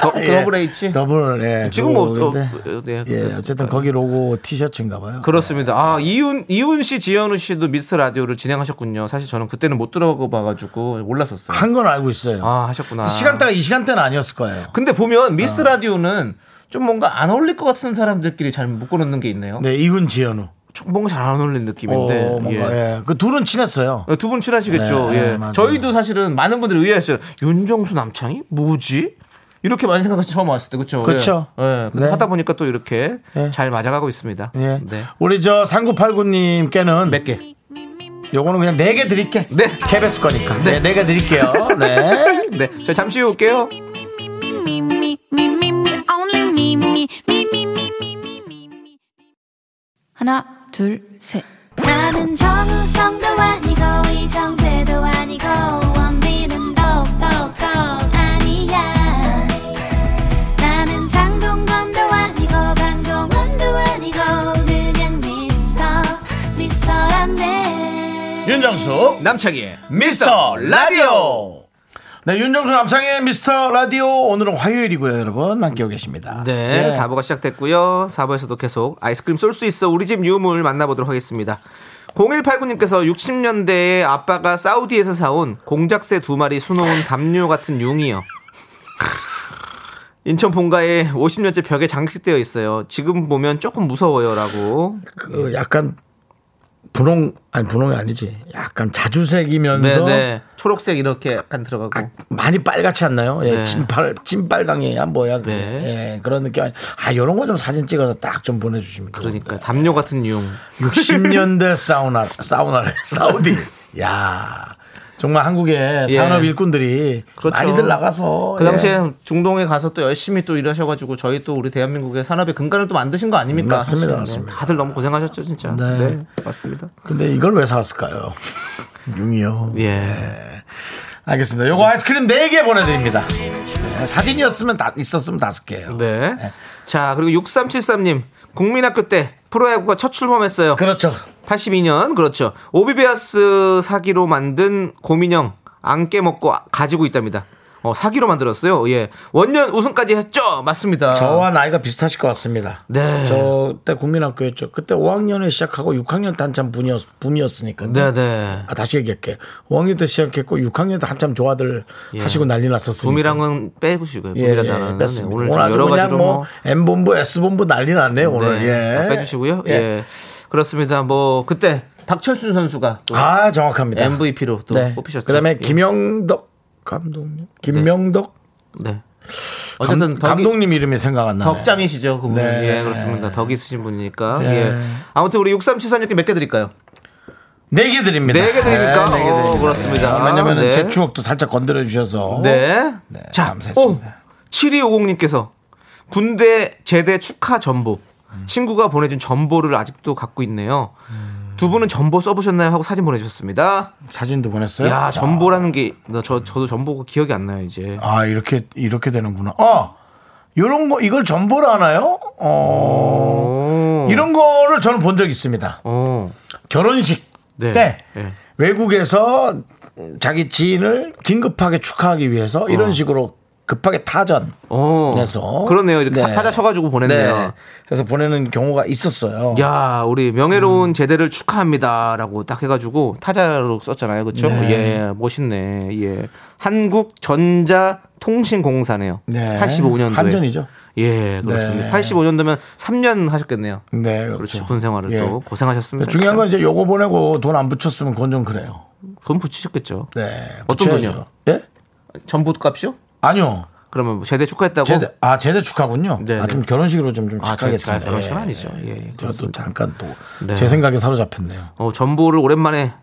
Speaker 2: 더,
Speaker 1: 예.
Speaker 2: 더블 H.
Speaker 1: 더블 예.
Speaker 2: 지금 뭐 어,
Speaker 1: 그거인데.
Speaker 2: 네.
Speaker 1: 예,
Speaker 2: 그렇습니다.
Speaker 1: 어쨌든 거기 로고 티셔츠인가 봐요.
Speaker 2: 그렇습니다. 아 이훈 이훈 씨, 지현우 씨도 미스 라디오를 진행하셨군요. 사실 저는 그때는 못 들어봐가지고 몰랐었어요.
Speaker 1: 한 건 알고 있어요.
Speaker 2: 아 하셨구나.
Speaker 1: 시간대가 아. 이 시간대는 아니었을 거예요.
Speaker 2: 근데 보면 미스 라디오는 좀 뭔가 안 어울릴 것 같은 사람들끼리 잘 묶어놓는 게 있네요.
Speaker 1: 네, 이훈 지현우.
Speaker 2: 좀 뭔가 잘 안 어울리는 느낌인데.
Speaker 1: 어, 뭔가,
Speaker 2: 어, 네, 예.
Speaker 1: 예. 그 둘은 친했어요.
Speaker 2: 두 분 친하시겠죠.
Speaker 1: 네,
Speaker 2: 예.
Speaker 1: 네, 맞아요.
Speaker 2: 저희도 사실은 많은 분들이 의아했어요. 윤정수 남창이 뭐지? 이렇게 많이 생각하시 처음 왔을 때 그렇죠.
Speaker 1: 그쵸.
Speaker 2: 예. 예. 근데
Speaker 1: 네.
Speaker 2: 하다 보니까 또 이렇게
Speaker 1: 예.
Speaker 2: 잘 맞아가고 있습니다.
Speaker 1: 예.
Speaker 2: 네.
Speaker 1: 우리 저 3989님께는
Speaker 2: 몇 개?
Speaker 1: 요거는 그냥 네 개 드릴게.
Speaker 2: 네.
Speaker 1: KBS 거니까. 네, 네 개 드릴게요. 네.
Speaker 2: 네. 저 잠시 후 올게요.
Speaker 3: me, me, me, me, me, only me, me, me, me, me, me, me, me, me.
Speaker 9: 하나, 둘, 셋.
Speaker 4: 나는 정우성도 아니고 이정재도 아니고 원빈은 더욱더
Speaker 6: 윤정수
Speaker 2: 남창희의
Speaker 6: 미스터 라디오
Speaker 1: 네, 윤정수 남창의 미스터 라디오 오늘은 화요일이고요, 여러분 함께하고 계십니다.
Speaker 2: 네,
Speaker 1: 예.
Speaker 2: 4부가 시작됐고요. 4부에서도 계속 아이스크림 쏠 수 있어 우리 집 유물 만나보도록 하겠습니다. 0189님께서 60년대에 아빠가 사우디에서 사온 공작새 두 마리 수놓은 담요 같은 융이요. 인천 본가에 50년째 벽에 장식되어 있어요. 지금 보면 조금 무서워요라고.
Speaker 1: 그 약간 분홍 아니 분홍이 아니지. 약간
Speaker 2: 네,
Speaker 1: 자주색이면서
Speaker 2: 네. 초록색 이렇게 약간 들어가고.
Speaker 1: 많이 빨갛지 않나요? 예,
Speaker 2: 네.
Speaker 1: 진팔 진빨강이야 뭐야? 그게.
Speaker 2: 네.
Speaker 1: 예, 그런 느낌. 아니- 아, 이런 거 좀 사진 찍어서 딱 좀 보내주시면.
Speaker 2: 그러니까 담요 같은 융.
Speaker 1: 60년대 사우나 사우나를 사우디. 야 정말 한국의
Speaker 2: 예.
Speaker 1: 산업 일꾼들이
Speaker 2: 그렇죠.
Speaker 1: 많이들 나가서
Speaker 2: 그
Speaker 1: 예.
Speaker 2: 당시에 중동에 가서 또 열심히 또 일하셔가지고 저희 또 우리 대한민국의 산업의 근간을 또 만드신 거 아닙니까?
Speaker 1: 맞습니다,
Speaker 2: 사실은.
Speaker 1: 맞습니다.
Speaker 2: 다들 너무 고생하셨죠, 진짜.
Speaker 1: 네.
Speaker 2: 네, 맞습니다.
Speaker 1: 근데 이걸 왜 사왔을까요? 융이요.
Speaker 2: 예.
Speaker 1: 알겠습니다. 요거 아이스크림 4개 보내드립니다. 네, 사진이었으면 다, 있었으면 다섯 개예요
Speaker 2: 네. 자, 그리고 6373님. 국민학교 때 프로야구가 첫 출범했어요.
Speaker 1: 그렇죠.
Speaker 2: 82년, 그렇죠. 오비베아스 사기로 만든 고민형, 안 깨먹고 가지고 있답니다. 어, 사기로 만들었어요. 예. 원년 우승까지 했죠? 맞습니다.
Speaker 1: 저와 나이가 비슷하실 것 같습니다.
Speaker 2: 아. 네.
Speaker 1: 저 때 국민학교였죠. 그때 5학년에 시작하고 6학년 때 한참 붐이었, 붐이었으니까.
Speaker 2: 네네.
Speaker 1: 아, 다시 얘기할게요. 5학년 때 시작했고 6학년 때 한참 조아들
Speaker 2: 예.
Speaker 1: 하시고 난리 났었으니까.
Speaker 2: 붐이랑은 빼주시고요.
Speaker 1: 예,
Speaker 2: 붐이라
Speaker 1: 예,
Speaker 2: 단어는 네,
Speaker 1: 뺐습니다.
Speaker 2: 오늘
Speaker 1: 오늘,
Speaker 2: 좀
Speaker 1: 아주
Speaker 2: 여러
Speaker 1: 그냥
Speaker 2: 가지로
Speaker 1: 뭐
Speaker 2: 뭐
Speaker 1: M본부, S본부 난리 났네 요 오늘.
Speaker 2: 네,
Speaker 1: 예.
Speaker 2: 빼주시고요. 예. 그렇습니다. 뭐 그때 박철순 선수가 또
Speaker 1: 아, 정확합니다.
Speaker 2: MVP로 또
Speaker 1: 네.
Speaker 2: 뽑히셨죠.
Speaker 1: 그다음에
Speaker 2: 예.
Speaker 1: 김영덕 감독님. 김명덕
Speaker 2: 네. 어쨌든 덕이-
Speaker 1: 감, 독님 이름이 생각 안 나네.
Speaker 2: 덕장이시죠, 그분.
Speaker 1: 네.
Speaker 2: 예, 그렇습니다. 덕이 있으신 분이니까.
Speaker 1: 예.
Speaker 2: 예. 아무튼 우리 6374님께 몇 개 드릴까요?
Speaker 1: 네개 드립니다.
Speaker 2: 네 개 드립니까?
Speaker 1: 네, 네개
Speaker 2: 오,
Speaker 1: 드립니다.
Speaker 2: 그렇습니다.
Speaker 1: 예, 왜냐면
Speaker 2: 네.
Speaker 1: 제 추억도 살짝 건드려 주셔서.
Speaker 2: 네. 자,
Speaker 1: 감사했습니다.
Speaker 2: 오, 7250님께서 군대 제대 축하 전보.
Speaker 1: 음.
Speaker 2: 친구가 보내준 전보를 아직도 갖고 있네요.
Speaker 1: 음.
Speaker 2: 두 분은 전보 써보셨나요? 하고 사진 보내주셨습니다.
Speaker 1: 사진도 보냈어요.
Speaker 2: 야,
Speaker 1: 자.
Speaker 2: 전보라는 게, 나 저, 저도 전보가 기억이 안 나요, 이제.
Speaker 1: 아, 이렇게 이렇게 되는구나. 아. 요런 거 이걸 전보라 하나요? 어.
Speaker 2: 오.
Speaker 1: 이런 거를 저는 본 적 있습니다.
Speaker 2: 어.
Speaker 1: 결혼식
Speaker 2: 네.
Speaker 1: 때
Speaker 2: 네.
Speaker 1: 외국에서 자기 지인을 긴급하게 축하하기 위해서 이런 식으로 급하게 타전
Speaker 2: 어.
Speaker 1: 그래서
Speaker 2: 그러네요.
Speaker 1: 네.
Speaker 2: 이렇게 타- 찾아쳐가지고 보냈네요.
Speaker 1: 네. 그래서 보내는 경우가 있었어요.
Speaker 2: 야, 우리
Speaker 1: 음.
Speaker 2: 명예로운 제대를 축하합니다라고 딱 해가지고 타자로 썼잖아요, 그렇죠?
Speaker 1: 네.
Speaker 2: 예, 멋있네. 예, 한국 전자 통신공사네요.
Speaker 1: 네.
Speaker 2: 85년도에
Speaker 1: 한전이죠.
Speaker 2: 예, 그렇습니다.
Speaker 1: 네.
Speaker 2: 85년도면 3년 하셨겠네요.
Speaker 1: 네,
Speaker 2: 그렇죠.
Speaker 1: 그렇죠.
Speaker 2: 군 생활을
Speaker 1: 예.
Speaker 2: 또 고생하셨습니다.
Speaker 1: 중요한 건 이제 요거 보내고 돈 안 붙였으면 그건 좀 그래요.
Speaker 2: 돈 붙이셨겠죠.
Speaker 1: 네.
Speaker 2: 어떤
Speaker 1: 붙여야죠.
Speaker 2: 분이요?
Speaker 1: 예?
Speaker 2: 전봇값이요?
Speaker 1: 아니요.
Speaker 2: 그러면 뭐 제대 축하했다고?
Speaker 1: 제대 아 제대 축하군요.
Speaker 2: 네,
Speaker 1: 아,
Speaker 2: 네.
Speaker 1: 좀 결혼식으로 좀 좀
Speaker 2: 아, 제-
Speaker 1: 착하겠습니다.
Speaker 2: 아, 결혼식은 아니죠. 예, 예,
Speaker 1: 제가 또
Speaker 2: 그렇습니다.
Speaker 1: 잠깐 또 제
Speaker 2: 네.
Speaker 1: 생각에 사로잡혔네요.
Speaker 2: 어, 전보를 오랜만에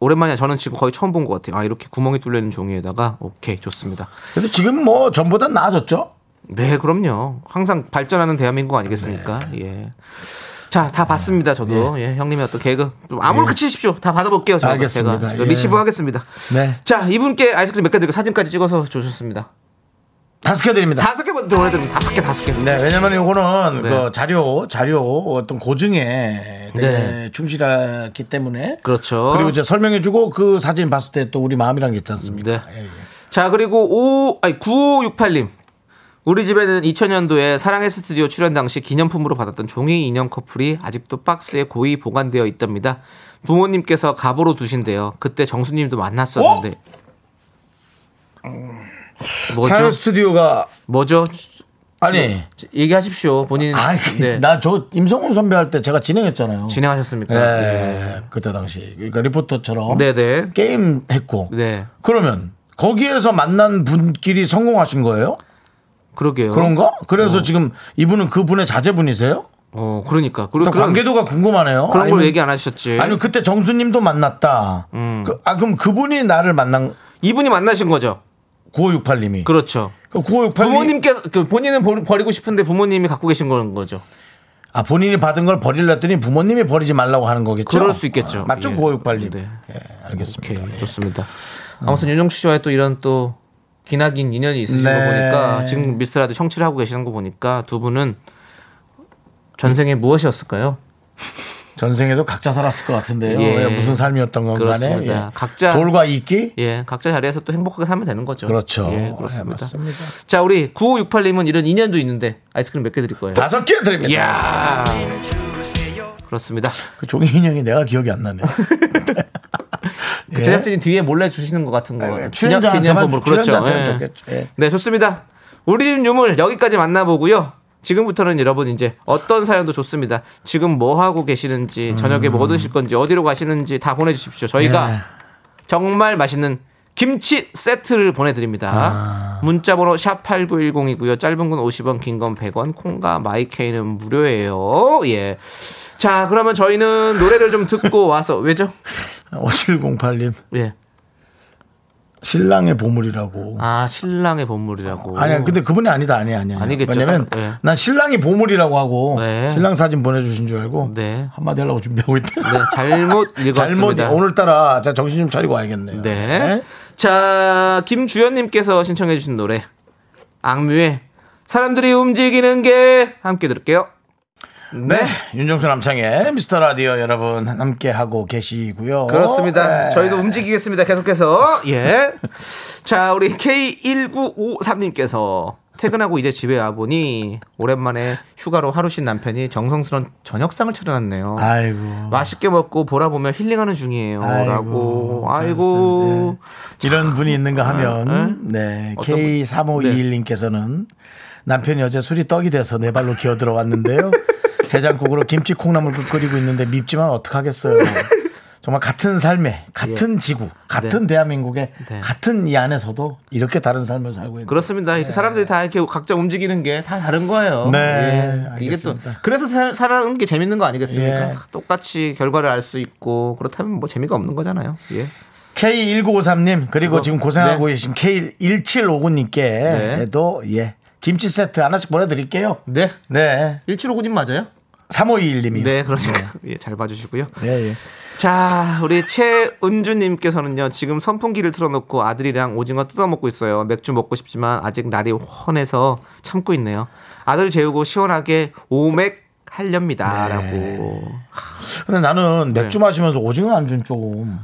Speaker 2: 오랜만에 저는 지금 거의 처음 본 것 같아요. 아, 이렇게 구멍이 뚫려 있는 종이에다가 오케이 좋습니다.
Speaker 1: 근데 지금 뭐 전보다 나아졌죠?
Speaker 2: 네, 그럼요. 항상 발전하는 대한민국 아니겠습니까?
Speaker 1: 네.
Speaker 2: 예. 자,
Speaker 1: 아,
Speaker 2: 다 봤습니다. 저도 예, 형님의 어떤 개그 좀 아무렇게 치십시오. 다 받아볼게요. 저도.
Speaker 1: 예. 알겠습니다.
Speaker 2: 제가 지금
Speaker 1: 예.
Speaker 2: 리시브 하겠습니다.
Speaker 1: 네.
Speaker 2: 자, 이분께 아이스크림 몇 개 드리고 사진까지 찍어서 주셨습니다.
Speaker 1: 다섯 개 드립니다.
Speaker 2: 다섯 개 먼저 보내드립니다. 다섯 개, 다섯 개.
Speaker 1: 네, 왜냐면 요거는
Speaker 2: 네.
Speaker 1: 그 자료, 자료 어떤 고증에 되게
Speaker 2: 네.
Speaker 1: 충실하기 때문에
Speaker 2: 그렇죠.
Speaker 1: 그리고 이제 설명해주고 그 사진 봤을 때 또 우리 마음이란 게 있지 않습니까?
Speaker 2: 네.
Speaker 1: 예, 예.
Speaker 2: 자, 그리고 5, 아니, 9568님. 우리 집에는 2000년도에 사랑의 스튜디오 출연 당시 기념품으로 받았던 종이 인형 커플이 아직도 박스에 고이 보관되어 있답니다. 부모님께서 갑으로 두신대요. 그때 정수님도 만났었는데. 음. 뭐죠?
Speaker 1: 어? 사연 스튜디오가
Speaker 2: 뭐죠?
Speaker 1: 아니,
Speaker 2: 얘기하십시오. 본인.
Speaker 1: 아니, 예.
Speaker 2: 네.
Speaker 1: 나 저 임성훈 선배 할 때 제가 진행했잖아요.
Speaker 2: 진행하셨습니까?
Speaker 1: 예, 그때 당시 그러니까 리포터처럼
Speaker 2: 네, 네.
Speaker 1: 게임 했고
Speaker 2: 네.
Speaker 1: 그러면 거기에서 만난 분끼리 성공하신 거예요?
Speaker 2: 그러게요.
Speaker 1: 그런가? 그래서 지금 이분은 그분의 자제분이세요?
Speaker 2: 어, 그러니까. 그리고
Speaker 1: 그럼
Speaker 2: 그런,
Speaker 1: 관계도가 궁금하네요.
Speaker 2: 그런 걸
Speaker 1: 아니면-
Speaker 2: 얘기 안 하셨지. 음.
Speaker 1: 아니면 그때 정수님도 만났다. 그, 아 그럼 그분이 나를 만난
Speaker 2: 이분이 만나신 거죠.
Speaker 1: 9568님이.
Speaker 2: 그렇죠.
Speaker 1: 9568님
Speaker 2: 부모님께서 그 본인은 버- 버리고 싶은데 부모님이 갖고 계신 건 거죠.
Speaker 1: 아 본인이 받은 걸 버리려 했더니 부모님이 버리지 말라고 하는 거겠죠.
Speaker 2: 그럴 수 있겠죠.
Speaker 1: 아, 맞죠?
Speaker 2: 예.
Speaker 1: 9568님.
Speaker 2: 네.
Speaker 1: 예, 알겠습니다.
Speaker 2: 오케이 좋습니다. 아무튼 윤정수 씨와의 또 이런 또 기나긴 인연이 있으신
Speaker 1: 네.
Speaker 2: 거 보니까 지금 미스터라도 청취를 하고 계시는 거 보니까 두 분은 전생에 무엇이었을까요?
Speaker 1: 전생에도 각자 살았을 것 같은데요.
Speaker 2: 예.
Speaker 1: 예, 무슨 삶이었던 건 간에
Speaker 2: 그렇습니다.
Speaker 1: 예.
Speaker 2: 각자-
Speaker 1: 돌과 이끼
Speaker 2: 예, 각자 자리에서 또 행복하게 살면 되는 거죠.
Speaker 1: 그렇죠.
Speaker 2: 예,
Speaker 1: 예,
Speaker 2: 그렇습니다.
Speaker 1: 맞습니다.
Speaker 2: 자, 우리 9568님은 이런 인연도 있는데 아이스크림 몇 개 드릴 거예요?
Speaker 1: 다섯 개 드립니다.
Speaker 2: 이야. 그렇습니다.
Speaker 1: 그 종이 인형이 내가 기억이 안 나네요.
Speaker 2: 그
Speaker 1: 예.
Speaker 2: 제작진이 뭐 뒤에 몰래 주시는 것 같은 거.
Speaker 1: 예,
Speaker 2: 그냥
Speaker 1: 출연자한테만
Speaker 2: 기념품으로.
Speaker 1: 출연자한테는
Speaker 2: 예.
Speaker 1: 좋겠죠. 예.
Speaker 2: 네, 좋습니다. 우리 집 유물 여기까지 만나보고요. 지금부터는 여러분 이제 어떤 사연도 좋습니다. 지금 뭐 하고 계시는지 저녁에
Speaker 1: 음.
Speaker 2: 뭐 드실 건지 어디로 가시는지 다 보내주십시오. 저희가
Speaker 1: 예.
Speaker 2: 정말 맛있는 김치 세트를 보내드립니다.
Speaker 1: 아.
Speaker 2: 문자번호 샵 #8910이고요. 짧은 건 50원, 긴 건 100원. 콩과 마이케이는 무료예요. 예. 자, 그러면 저희는 노래를 좀 듣고 와서 왜죠?
Speaker 1: 예. 5708님
Speaker 2: 예.
Speaker 1: 신랑의 보물이라고.
Speaker 2: 아 신랑의 본물이라고.
Speaker 1: 아니야, 근데 그분이 아니다, 아니야, 아니야.
Speaker 2: 아니겠죠.
Speaker 1: 왜냐면
Speaker 2: 따로, 예.
Speaker 1: 난 신랑이 보물이라고 하고
Speaker 2: 네.
Speaker 1: 신랑 사진 보내주신 줄 알고
Speaker 2: 네.
Speaker 1: 한마디 하려고 준비하고 있다.
Speaker 2: 네, 잘못
Speaker 1: 잘못
Speaker 2: 읽었습니다.
Speaker 1: 오늘따라 자 정신 좀 차리고 와야겠네요.
Speaker 2: 네. 자, 김주연님께서 신청해주신 노래. 악뮤의 사람들이 움직이는 게 함께 들을게요.
Speaker 1: 네. 윤정수 남창의 미스터 라디오 여러분 함께 하고 계시고요.
Speaker 2: 어, 그렇습니다.
Speaker 1: 네.
Speaker 2: 저희도 음- 움직이겠습니다. 계속해서. 예. 자, 우리 K1953님께서 퇴근하고 이제 집에 와보니 오랜만에 휴가로 하루 쉰 남편이 정성스러운 저녁상을 차려놨네요.
Speaker 1: 아이고.
Speaker 2: 맛있게 먹고 보라 보며 힐링하는 중이에요. 라고. 네. 아이고.
Speaker 1: 이런 분이 있는가 하면 네.
Speaker 2: 아, 어떤
Speaker 1: K3521님께서는 남편이 어제 술이 떡이 돼서 내 발로 기어 들어왔는데요. 해장국으로 김치 콩나물국 끓이고 있는데 밉지만 어떡하겠어요. 정말 같은 삶에 같은 지구 같은 대한민국에
Speaker 2: 예. 네.
Speaker 1: 같은 이 안에서도 이렇게 다른 삶을 살고 있는
Speaker 2: 그렇습니다. 이렇게 사람들이 다 이렇게 각자 움직이는 게 다 다른 거예요.
Speaker 1: 네,
Speaker 2: 이게 또
Speaker 1: 알겠습니다.
Speaker 2: 그래서 살, 살아가는 게 재밌는 거 아니겠습니까?
Speaker 1: 예.
Speaker 2: 똑같이 결과를 알 수 있고 그렇다면 뭐 재미가 없는 거잖아요. 예.
Speaker 1: K1953님 그리고
Speaker 2: 이거,
Speaker 1: 지금 고생하고
Speaker 2: 네.
Speaker 1: 계신 K1759님께도 예 김치 세트 하나씩 보내드릴게요.
Speaker 2: 네.
Speaker 1: 네
Speaker 2: 1759님 맞아요?
Speaker 1: 3521님이요.
Speaker 2: 네, 그러니까 예, 잘 봐주시고요.
Speaker 1: 예, 예.
Speaker 2: 자, 우리 최은주님께서는요, 지금 선풍기를 틀어놓고 아들이랑 오징어 뜯어먹고 있어요. 맥주 먹고 싶지만 아직 날이 훤해서 참고 있네요. 아들 재우고 시원하게 오맥 하렵니다.
Speaker 1: 네.
Speaker 2: 라고.
Speaker 1: 근데 나는 맥주
Speaker 2: 네.
Speaker 1: 마시면서 오징어 안주는 조금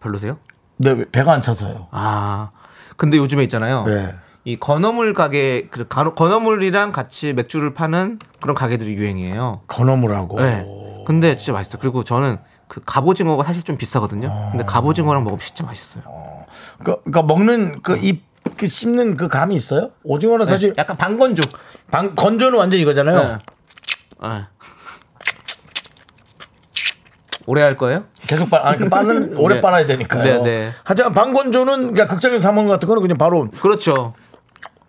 Speaker 2: 별로세요?
Speaker 1: 내 배가 안 차서요.
Speaker 2: 아, 근데 요즘에 있잖아요.
Speaker 1: 네.
Speaker 2: 이 건어물 가게, 그 가- 건어물이랑 같이 맥주를 파는 그런 가게들이 유행이에요.
Speaker 1: 건어물하고
Speaker 2: 네. 근데 진짜 맛있어요. 그리고 저는 그 갑오징어가 사실 좀 비싸거든요.
Speaker 1: 아.
Speaker 2: 근데 갑오징어랑 먹으면 진짜 맛있어요.
Speaker 1: 그, 그러니까 먹는 그
Speaker 2: 네.
Speaker 1: 입 그 씹는 그 감이 있어요? 오징어는 사실
Speaker 2: 약간 방건조.
Speaker 1: 방, 건조는 완전 이거잖아요.
Speaker 2: 네. 아. 오래 할 거예요?
Speaker 1: 계속 빨, 아니, 그 빠는 오래
Speaker 2: 네.
Speaker 1: 빨아야 되니까요.
Speaker 2: 네, 네.
Speaker 1: 하지만 방건조는 그러니까 극장에서 사 먹는 것 같은 거는 그냥 바로
Speaker 2: 그렇죠.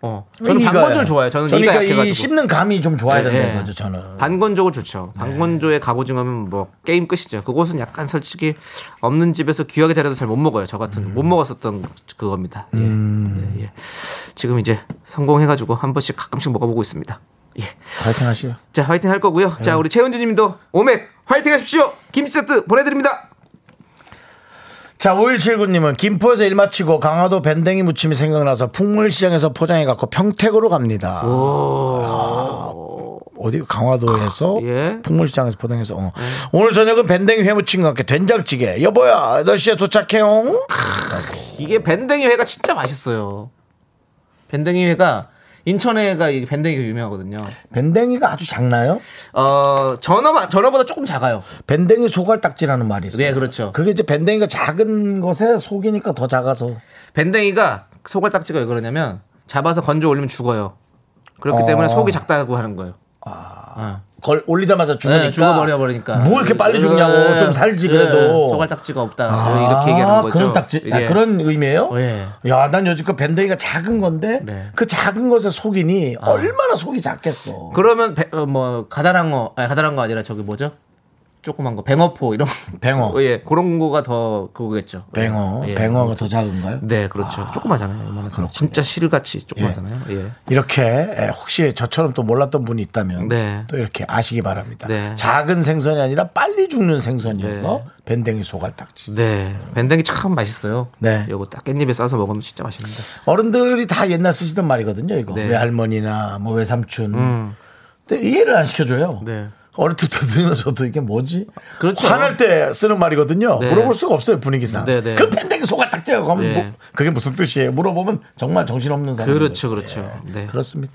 Speaker 2: 어. 저는
Speaker 1: 이가요.
Speaker 2: 방건조를 좋아해요. 저는 이가
Speaker 1: 그러니까
Speaker 2: 약해가지고.
Speaker 1: 이 씹는 감이 좀 좋아야
Speaker 2: 네,
Speaker 1: 된다는
Speaker 2: 네.
Speaker 1: 거죠. 저는
Speaker 2: 반건조가 좋죠. 반건조의 갑오징어면 뭐 게임 끝이죠. 그곳은 약간 솔직히 없는 집에서 귀하게 자라도 잘 못 먹어요. 저 같은 못 먹었었던 그겁니다. 예. 네, 예. 지금 이제 성공해가지고 한 번씩 가끔씩 먹어보고 있습니다. 예.
Speaker 1: 파이팅 하시오.
Speaker 2: 자 화이팅 할 거고요. 자 우리 최은주님도 오맥 화이팅 하십시오. 김치 세트 보내드립니다.
Speaker 1: 자, 5179님은 김포에서 일 마치고 강화도 밴댕이 무침이 생각나서 풍물시장에서 포장해 갖고 평택으로 갑니다. 아, 어디 강화도에서
Speaker 2: 예. 네.
Speaker 1: 풍물시장에서 포장해서 어. 오늘 저녁은 밴댕이 회무침과 함께 된장찌개. 여보야, 8시에 도착해용.
Speaker 2: 이게 밴댕이 회가 진짜 맛있어요. 밴댕이 회가 인천회가 이 밴댕이가 유명하거든요.
Speaker 1: 밴댕이가 아주 작나요?
Speaker 2: 어 전어 전어보다 조금 작아요.
Speaker 1: 밴댕이 소갈딱지라는 말이 있어요.
Speaker 2: 네, 그렇죠.
Speaker 1: 그게 이제 밴댕이가 작은 것에 속이니까 더 작아서.
Speaker 2: 밴댕이가 소갈딱지가 왜 그러냐면 잡아서 건져 올리면 죽어요. 그렇기
Speaker 1: 어.
Speaker 2: 때문에 속이 작다고 하는 거예요.
Speaker 1: 걸 올리자마자 죽으니까.
Speaker 2: 네, 죽어버려 버리니까. 네.
Speaker 1: 뭐 이렇게 빨리 죽냐고. 좀 살지 그래도. 아,
Speaker 2: 소갈딱지가 없다. 뭐 이렇게 얘기하는 거죠.
Speaker 1: 그런 딱지, 아,
Speaker 2: 예.
Speaker 1: 그런 의미예요?
Speaker 2: 예.
Speaker 1: 야, 난 여지껏 밴댕이가 작은 건데
Speaker 2: 네. 아.
Speaker 1: 그 작은 것에 속이니 얼마나 속이 작겠어.
Speaker 2: 그러면 배- 어, 뭐 가다랑어, 아니 가다랑어 아니라 저기 뭐죠? 조그만 거 뱅어포 이런 거.
Speaker 1: 뱅어.
Speaker 2: 예, 그런 거가 더 그거겠죠. 예.
Speaker 1: 뱅어,
Speaker 2: 예.
Speaker 1: 뱅어가 더 작은가요?
Speaker 2: 네, 그렇죠. 조그마잖아요. 이만한 거. 진짜 실같이 조그마잖아요. 예.
Speaker 1: 이렇게 에, 혹시 저처럼 또 몰랐던 분이 있다면
Speaker 2: 네.
Speaker 1: 또 이렇게 아시기 바랍니다.
Speaker 2: 네.
Speaker 1: 작은 생선이 아니라 빨리 죽는 생선이어서 밴댕이 소갈딱지.
Speaker 2: 네. 밴댕이 참 맛있어요.
Speaker 1: 네.
Speaker 2: 요거 딱 깻잎에 싸서 먹으면 진짜 맛있는데.
Speaker 1: 어른들이 다 옛날 쓰시던 말이거든요. 이거
Speaker 2: 네. 음.
Speaker 1: 외할머니나 뭐 외삼촌. 근데 이해를 안 시켜줘요.
Speaker 2: 네.
Speaker 1: 어릴 때부터 들으면 저도 이게 뭐지?
Speaker 2: 그렇죠.
Speaker 1: 화낼 때 쓰는 말이거든요.
Speaker 2: 네.
Speaker 1: 물어볼 수가 없어요 분위기상.
Speaker 2: 네, 네.
Speaker 1: 그 팬댕이 소가 딱 째고 하면
Speaker 2: 네.
Speaker 1: 뭐, 그게 무슨 뜻이에요? 물어보면 정말 정신없는 사람.
Speaker 2: 그렇죠, 그렇죠. 네.
Speaker 1: 그렇습니다.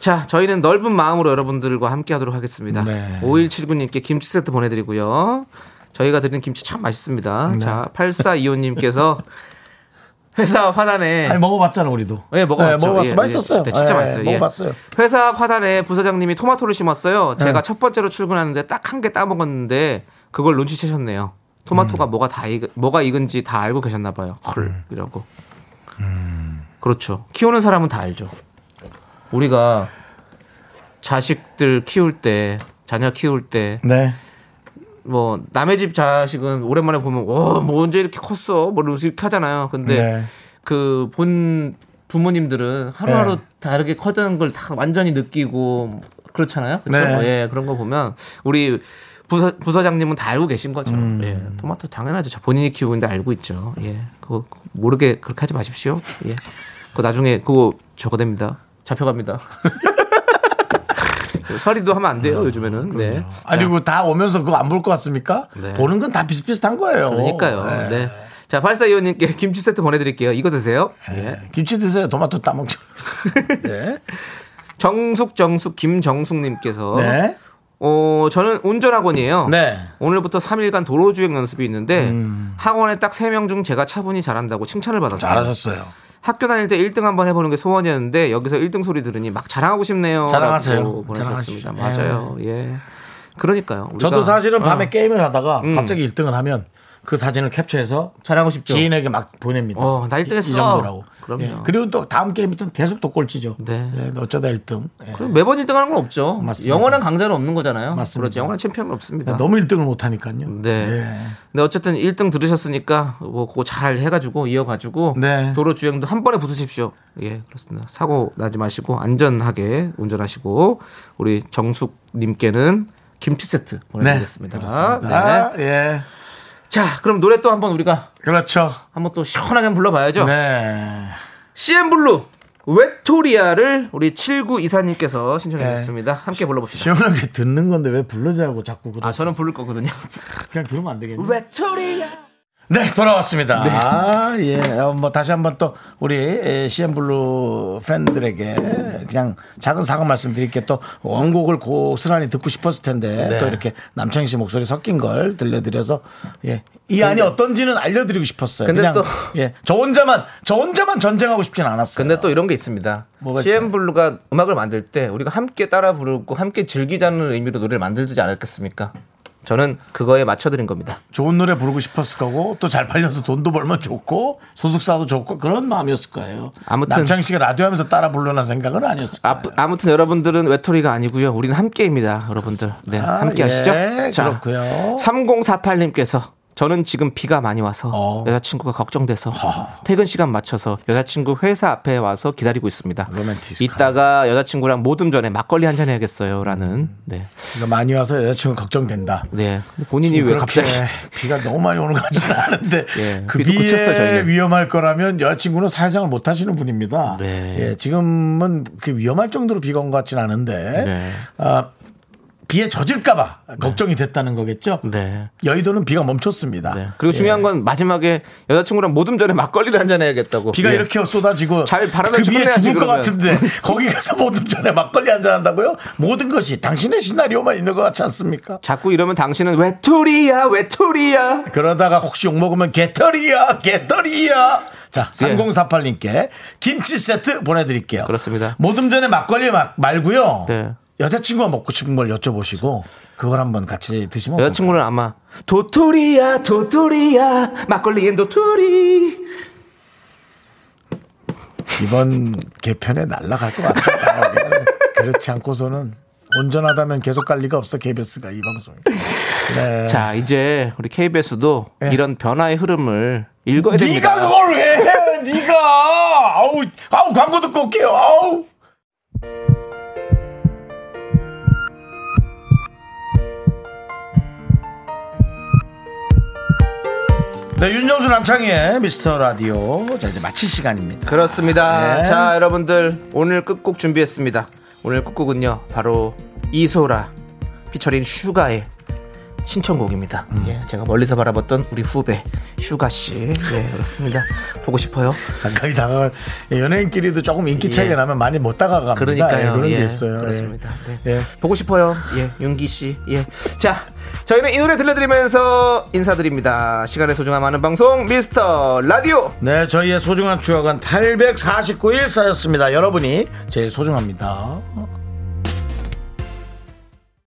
Speaker 2: 자, 저희는 넓은 마음으로 여러분들과 함께 하도록 하겠습니다.
Speaker 1: 네.
Speaker 2: 5179님께 김치 세트 보내드리고요. 저희가 드리는 김치 참 맛있습니다.
Speaker 1: 네.
Speaker 2: 자, 8425님께서 회사 화단에
Speaker 1: 아니 먹어봤잖아 우리도.
Speaker 2: 예, 먹어봤죠.
Speaker 1: 네, 먹어봤어.
Speaker 2: 예,
Speaker 1: 맛있었어요.
Speaker 2: 예, 네, 진짜
Speaker 1: 예,
Speaker 2: 맛있어요. 예.
Speaker 1: 먹어봤어요. 네.
Speaker 2: 회사 화단에 부사장님이 토마토를 심었어요. 제가 첫 번째로 출근하는데 딱 한 개 따먹었는데 그걸 눈치채셨네요.
Speaker 1: 음.
Speaker 2: 토마토가 뭐가 다 익, 뭐가 익은지 다 알고 계셨나 봐요. 헐 이라고.
Speaker 1: 음.
Speaker 2: 그렇죠. 키우는 사람은 다 알죠. 우리가 자식들 키울 때 자녀 키울 때 뭐
Speaker 1: 네.
Speaker 2: 남의 집 자식은 오랜만에 보면 어뭐 언제 이렇게 컸어 뭐 이렇게 하잖아요. 근데
Speaker 1: 네.
Speaker 2: 그 본 부모님들은
Speaker 1: 네.
Speaker 2: 하루하루 다르게 커다는 걸 다 완전히 느끼고 그렇잖아요. 그렇죠?
Speaker 1: 네.
Speaker 2: 예, 그런 거 보면 우리 부서, 부서장님은 다 알고 계신 거죠.
Speaker 1: 음.
Speaker 2: 예, 토마토 당연하죠. 저 본인이 키우는데 알고 있죠. 예, 그거 모르게 그렇게 하지 마십시오. 예, 그거 나중에 그거 저거 됩니다. 잡혀갑니다. 서리도 하면 안 돼요 요즘에는. 네.
Speaker 1: 아니 음, 그다 오면서 그거 안 볼 것 같습니까?
Speaker 2: 네.
Speaker 1: 보는 건 다 비슷비슷한 거예요.
Speaker 2: 그러니까요.
Speaker 1: 어,
Speaker 2: 네. 자, 8425님께 김치 세트 보내드릴게요. 이거 드세요.
Speaker 1: 네.
Speaker 2: 예.
Speaker 1: 김치 드세요. 토마토 따먹죠. 네.
Speaker 2: 정숙 정숙 김정숙님께서
Speaker 1: 네.
Speaker 2: 어 저는 운전학원이에요.
Speaker 1: 네. 음.
Speaker 2: 오늘부터 3일간 도로 주행 연습이 있는데 학원에 딱 3명 중 제가 차분히 잘한다고 칭찬을 받았어요.
Speaker 1: 잘하셨어요.
Speaker 2: 학교 다닐 때 1등 한번 해보는 게 소원이었는데 여기서 1등 소리 들으니 막 자랑하고 싶네요.
Speaker 1: 자랑하세요.
Speaker 2: 라고 보내셨습니다.
Speaker 1: 자랑하십시오.
Speaker 2: 맞아요. 예. 그러니까요. 우리가-
Speaker 1: 저도 사실은 밤에
Speaker 2: 어,
Speaker 1: 게임을 하다가 갑자기 1등을 하면 그 사진을 캡처해서
Speaker 2: 자랑하고 싶죠.
Speaker 1: 지인에게 막 보냅니다.
Speaker 2: 어, 나 1등
Speaker 1: 이-
Speaker 2: 했어.
Speaker 1: 이 정도라고.
Speaker 2: 그럼요.
Speaker 1: 예. 그리고 또 다음 게임 또 계속 또 꼴찌죠.
Speaker 2: 네.
Speaker 1: 예,
Speaker 2: 그렇죠.
Speaker 1: 어쩌다 1등. 예.
Speaker 2: 그럼 매번 1등 하는 건 없죠.
Speaker 1: 맞습니다.
Speaker 2: 영원한 강자는 없는 거잖아요.
Speaker 1: 맞습니다.
Speaker 2: 그렇죠. 영원한 챔피언은 없습니다.
Speaker 1: 너무 1등을 못하니까요. 예.
Speaker 2: 네. 근데 어쨌든 1등 들으셨으니까 뭐 그거 잘 해가지고 이어가지고
Speaker 1: 네.
Speaker 2: 도로 주행도 한 번에 붙으십시오. 예, 그렇습니다. 사고 나지 마시고 안전하게 운전하시고 우리 정숙님께는 김치 세트 보내드리겠습니다.
Speaker 1: 그렇습니다.
Speaker 2: 네.
Speaker 1: 예.
Speaker 2: 자, 그럼 노래 또 한번 우리가
Speaker 1: 그렇죠.
Speaker 2: 한번 또 시원하게 한번 불러봐야죠.
Speaker 1: 네.
Speaker 2: CM 블루 웨토리아를 우리 79 이사님께서 신청해 주셨습니다. 함께 불러봅시다.
Speaker 1: 네. 시원하게 듣는 건데 왜 부르자고 자꾸 그러
Speaker 2: 아, 저는 부를 거거든요.
Speaker 1: 그냥 들으면 안 되겠네.
Speaker 2: 웨토리아.
Speaker 1: 네, 돌아왔습니다. 아, 예. 어, 뭐 다시 한번 또 우리 CM 블루 팬들에게 그냥 작은 사과 말씀드릴게 또 원곡을 고스란히 듣고 싶었을 텐데
Speaker 2: 네.
Speaker 1: 또 이렇게 남창희 씨 목소리 섞인 걸 들려드려서 예. 이 안이 어떤지는 알려드리고 싶었어요.
Speaker 2: 근데
Speaker 1: 그냥
Speaker 2: 또-
Speaker 1: 예. 저 혼자만 저 혼자만 전쟁하고 싶진 않았어요.
Speaker 2: 근데 또 이런 게 있습니다.
Speaker 1: 뭐가
Speaker 2: CM
Speaker 1: 있어요?
Speaker 2: 블루가 음악을 만들 때 우리가 함께 따라 부르고 함께 즐기자는 의미로 노래를 만들지 않았겠습니까? 저는 그거에 맞춰드린 겁니다.
Speaker 1: 좋은 노래 부르고 싶었을 거고 또 잘 팔려서 돈도 벌면 좋고 소속사도 좋고 그런 마음이었을 거예요.
Speaker 2: 아무튼-
Speaker 1: 남창희 씨가 라디오 하면서 따라 부르는 생각은 아니었을 거예요.
Speaker 2: 아, 무튼 여러분들은 외톨이가 아니고요. 우리는 함께입니다, 여러분들. 네,
Speaker 1: 아,
Speaker 2: 함께
Speaker 1: 예,
Speaker 2: 하시죠.
Speaker 1: 그렇고요.
Speaker 2: 3048님께서 저는 지금 비가 많이 와서
Speaker 1: 어.
Speaker 2: 여자친구가 걱정돼서 퇴근 시간 맞춰서 여자친구 회사 앞에 와서 기다리고 있습니다.
Speaker 1: 로맨티스트하네.
Speaker 2: 이따가 여자친구랑 모둠 전에 막걸리 한 잔 해야겠어요라는. 네,
Speaker 1: 그러니까 많이 와서 여자친구 걱정된다.
Speaker 2: 네. 본인이 왜
Speaker 1: 그렇게
Speaker 2: 갑자기
Speaker 1: 비가 너무 많이 오는 것 같지는 않은데
Speaker 2: 예,
Speaker 1: 그
Speaker 2: 비도 그쳤어요,
Speaker 1: 비에
Speaker 2: 저희는.
Speaker 1: 위험할 거라면 여자친구는 사회생활 못 하시는 분입니다.
Speaker 2: 네.
Speaker 1: 예, 지금은 그 위험할 정도로 비가 온 것 같지는 않은데
Speaker 2: 네.
Speaker 1: 아, 비에 젖을까봐 걱정이 됐다는 거겠죠.
Speaker 2: 네.
Speaker 1: 여의도는 비가 멈췄습니다.
Speaker 2: 네. 그리고
Speaker 1: 예.
Speaker 2: 중요한 건 마지막에 여자친구랑 모둠 전에 막걸리를 한잔 해야겠다고.
Speaker 1: 비가
Speaker 2: 예.
Speaker 1: 이렇게 쏟아지고
Speaker 2: 잘 바람을
Speaker 1: 그 비에
Speaker 2: 쫓아내야지,
Speaker 1: 죽을 것
Speaker 2: 그러면.
Speaker 1: 같은데 거기 가서 모든 전에 막걸리 한잔 한다고요? 모든 것이 당신의 시나리오만 있는 것 같지 않습니까?
Speaker 2: 자꾸 이러면 당신은 외톨이야, 외톨이야.
Speaker 1: 그러다가 혹시 욕먹으면 개털이야, 개털이야. 자,
Speaker 2: 예.
Speaker 1: 3048님께 김치 세트 보내드릴게요.
Speaker 2: 그렇습니다.
Speaker 1: 모둠 전에 막걸리 마- 말고요.
Speaker 2: 네.
Speaker 1: 여자친구가 먹고 싶은 걸 여쭤보시고 그걸 한번 같이 드시면
Speaker 2: 여자친구는 아마 도토리야, 도토리야, 막걸리엔 도토리.
Speaker 1: 어떨까요? 이번 개편에 날라갈 것 같아요. 그렇지 않고서는 온전하다면 계속 갈 리가 없어 KBS가 이 방송이. 네.
Speaker 2: 자, 이제 우리 KBS도
Speaker 1: 예.
Speaker 2: 이런 변화의 흐름을 읽어야 됩니다.
Speaker 1: 네가 그걸 왜 해? 네가 아우 아우 광고 듣고 올게요. 아우 네, 윤정수 남창희의 미스터 라디오. 자, 이제 마칠 시간입니다.
Speaker 2: 그렇습니다.
Speaker 1: 네.
Speaker 2: 자, 여러분들 오늘 끝곡 준비했습니다. 오늘 끝곡은요. 바로 이소라 피처링 슈가의 신청곡입니다. 예, 제가 멀리서 바라봤던 우리 후배 슈가 씨, 예, 그렇습니다. 보고 싶어요.
Speaker 1: 가까이 다가갈 예, 연예인끼리도 조금 인기 차이가
Speaker 2: 예.
Speaker 1: 나면 많이 못 다가갑니다.
Speaker 2: 그러니까요.
Speaker 1: 예, 그런
Speaker 2: 예,
Speaker 1: 게 있어요.
Speaker 2: 그렇습니다. 네.
Speaker 1: 예. 예.
Speaker 2: 보고 싶어요. 예, 윤기 씨. 예. 자, 저희는 이 노래 들려드리면서 인사드립니다. 시간의 소중함 하는 방송 미스터 라디오.
Speaker 1: 네, 저희의 소중한 추억은 849일 쌓였습니다. 여러분이 제일 소중합니다.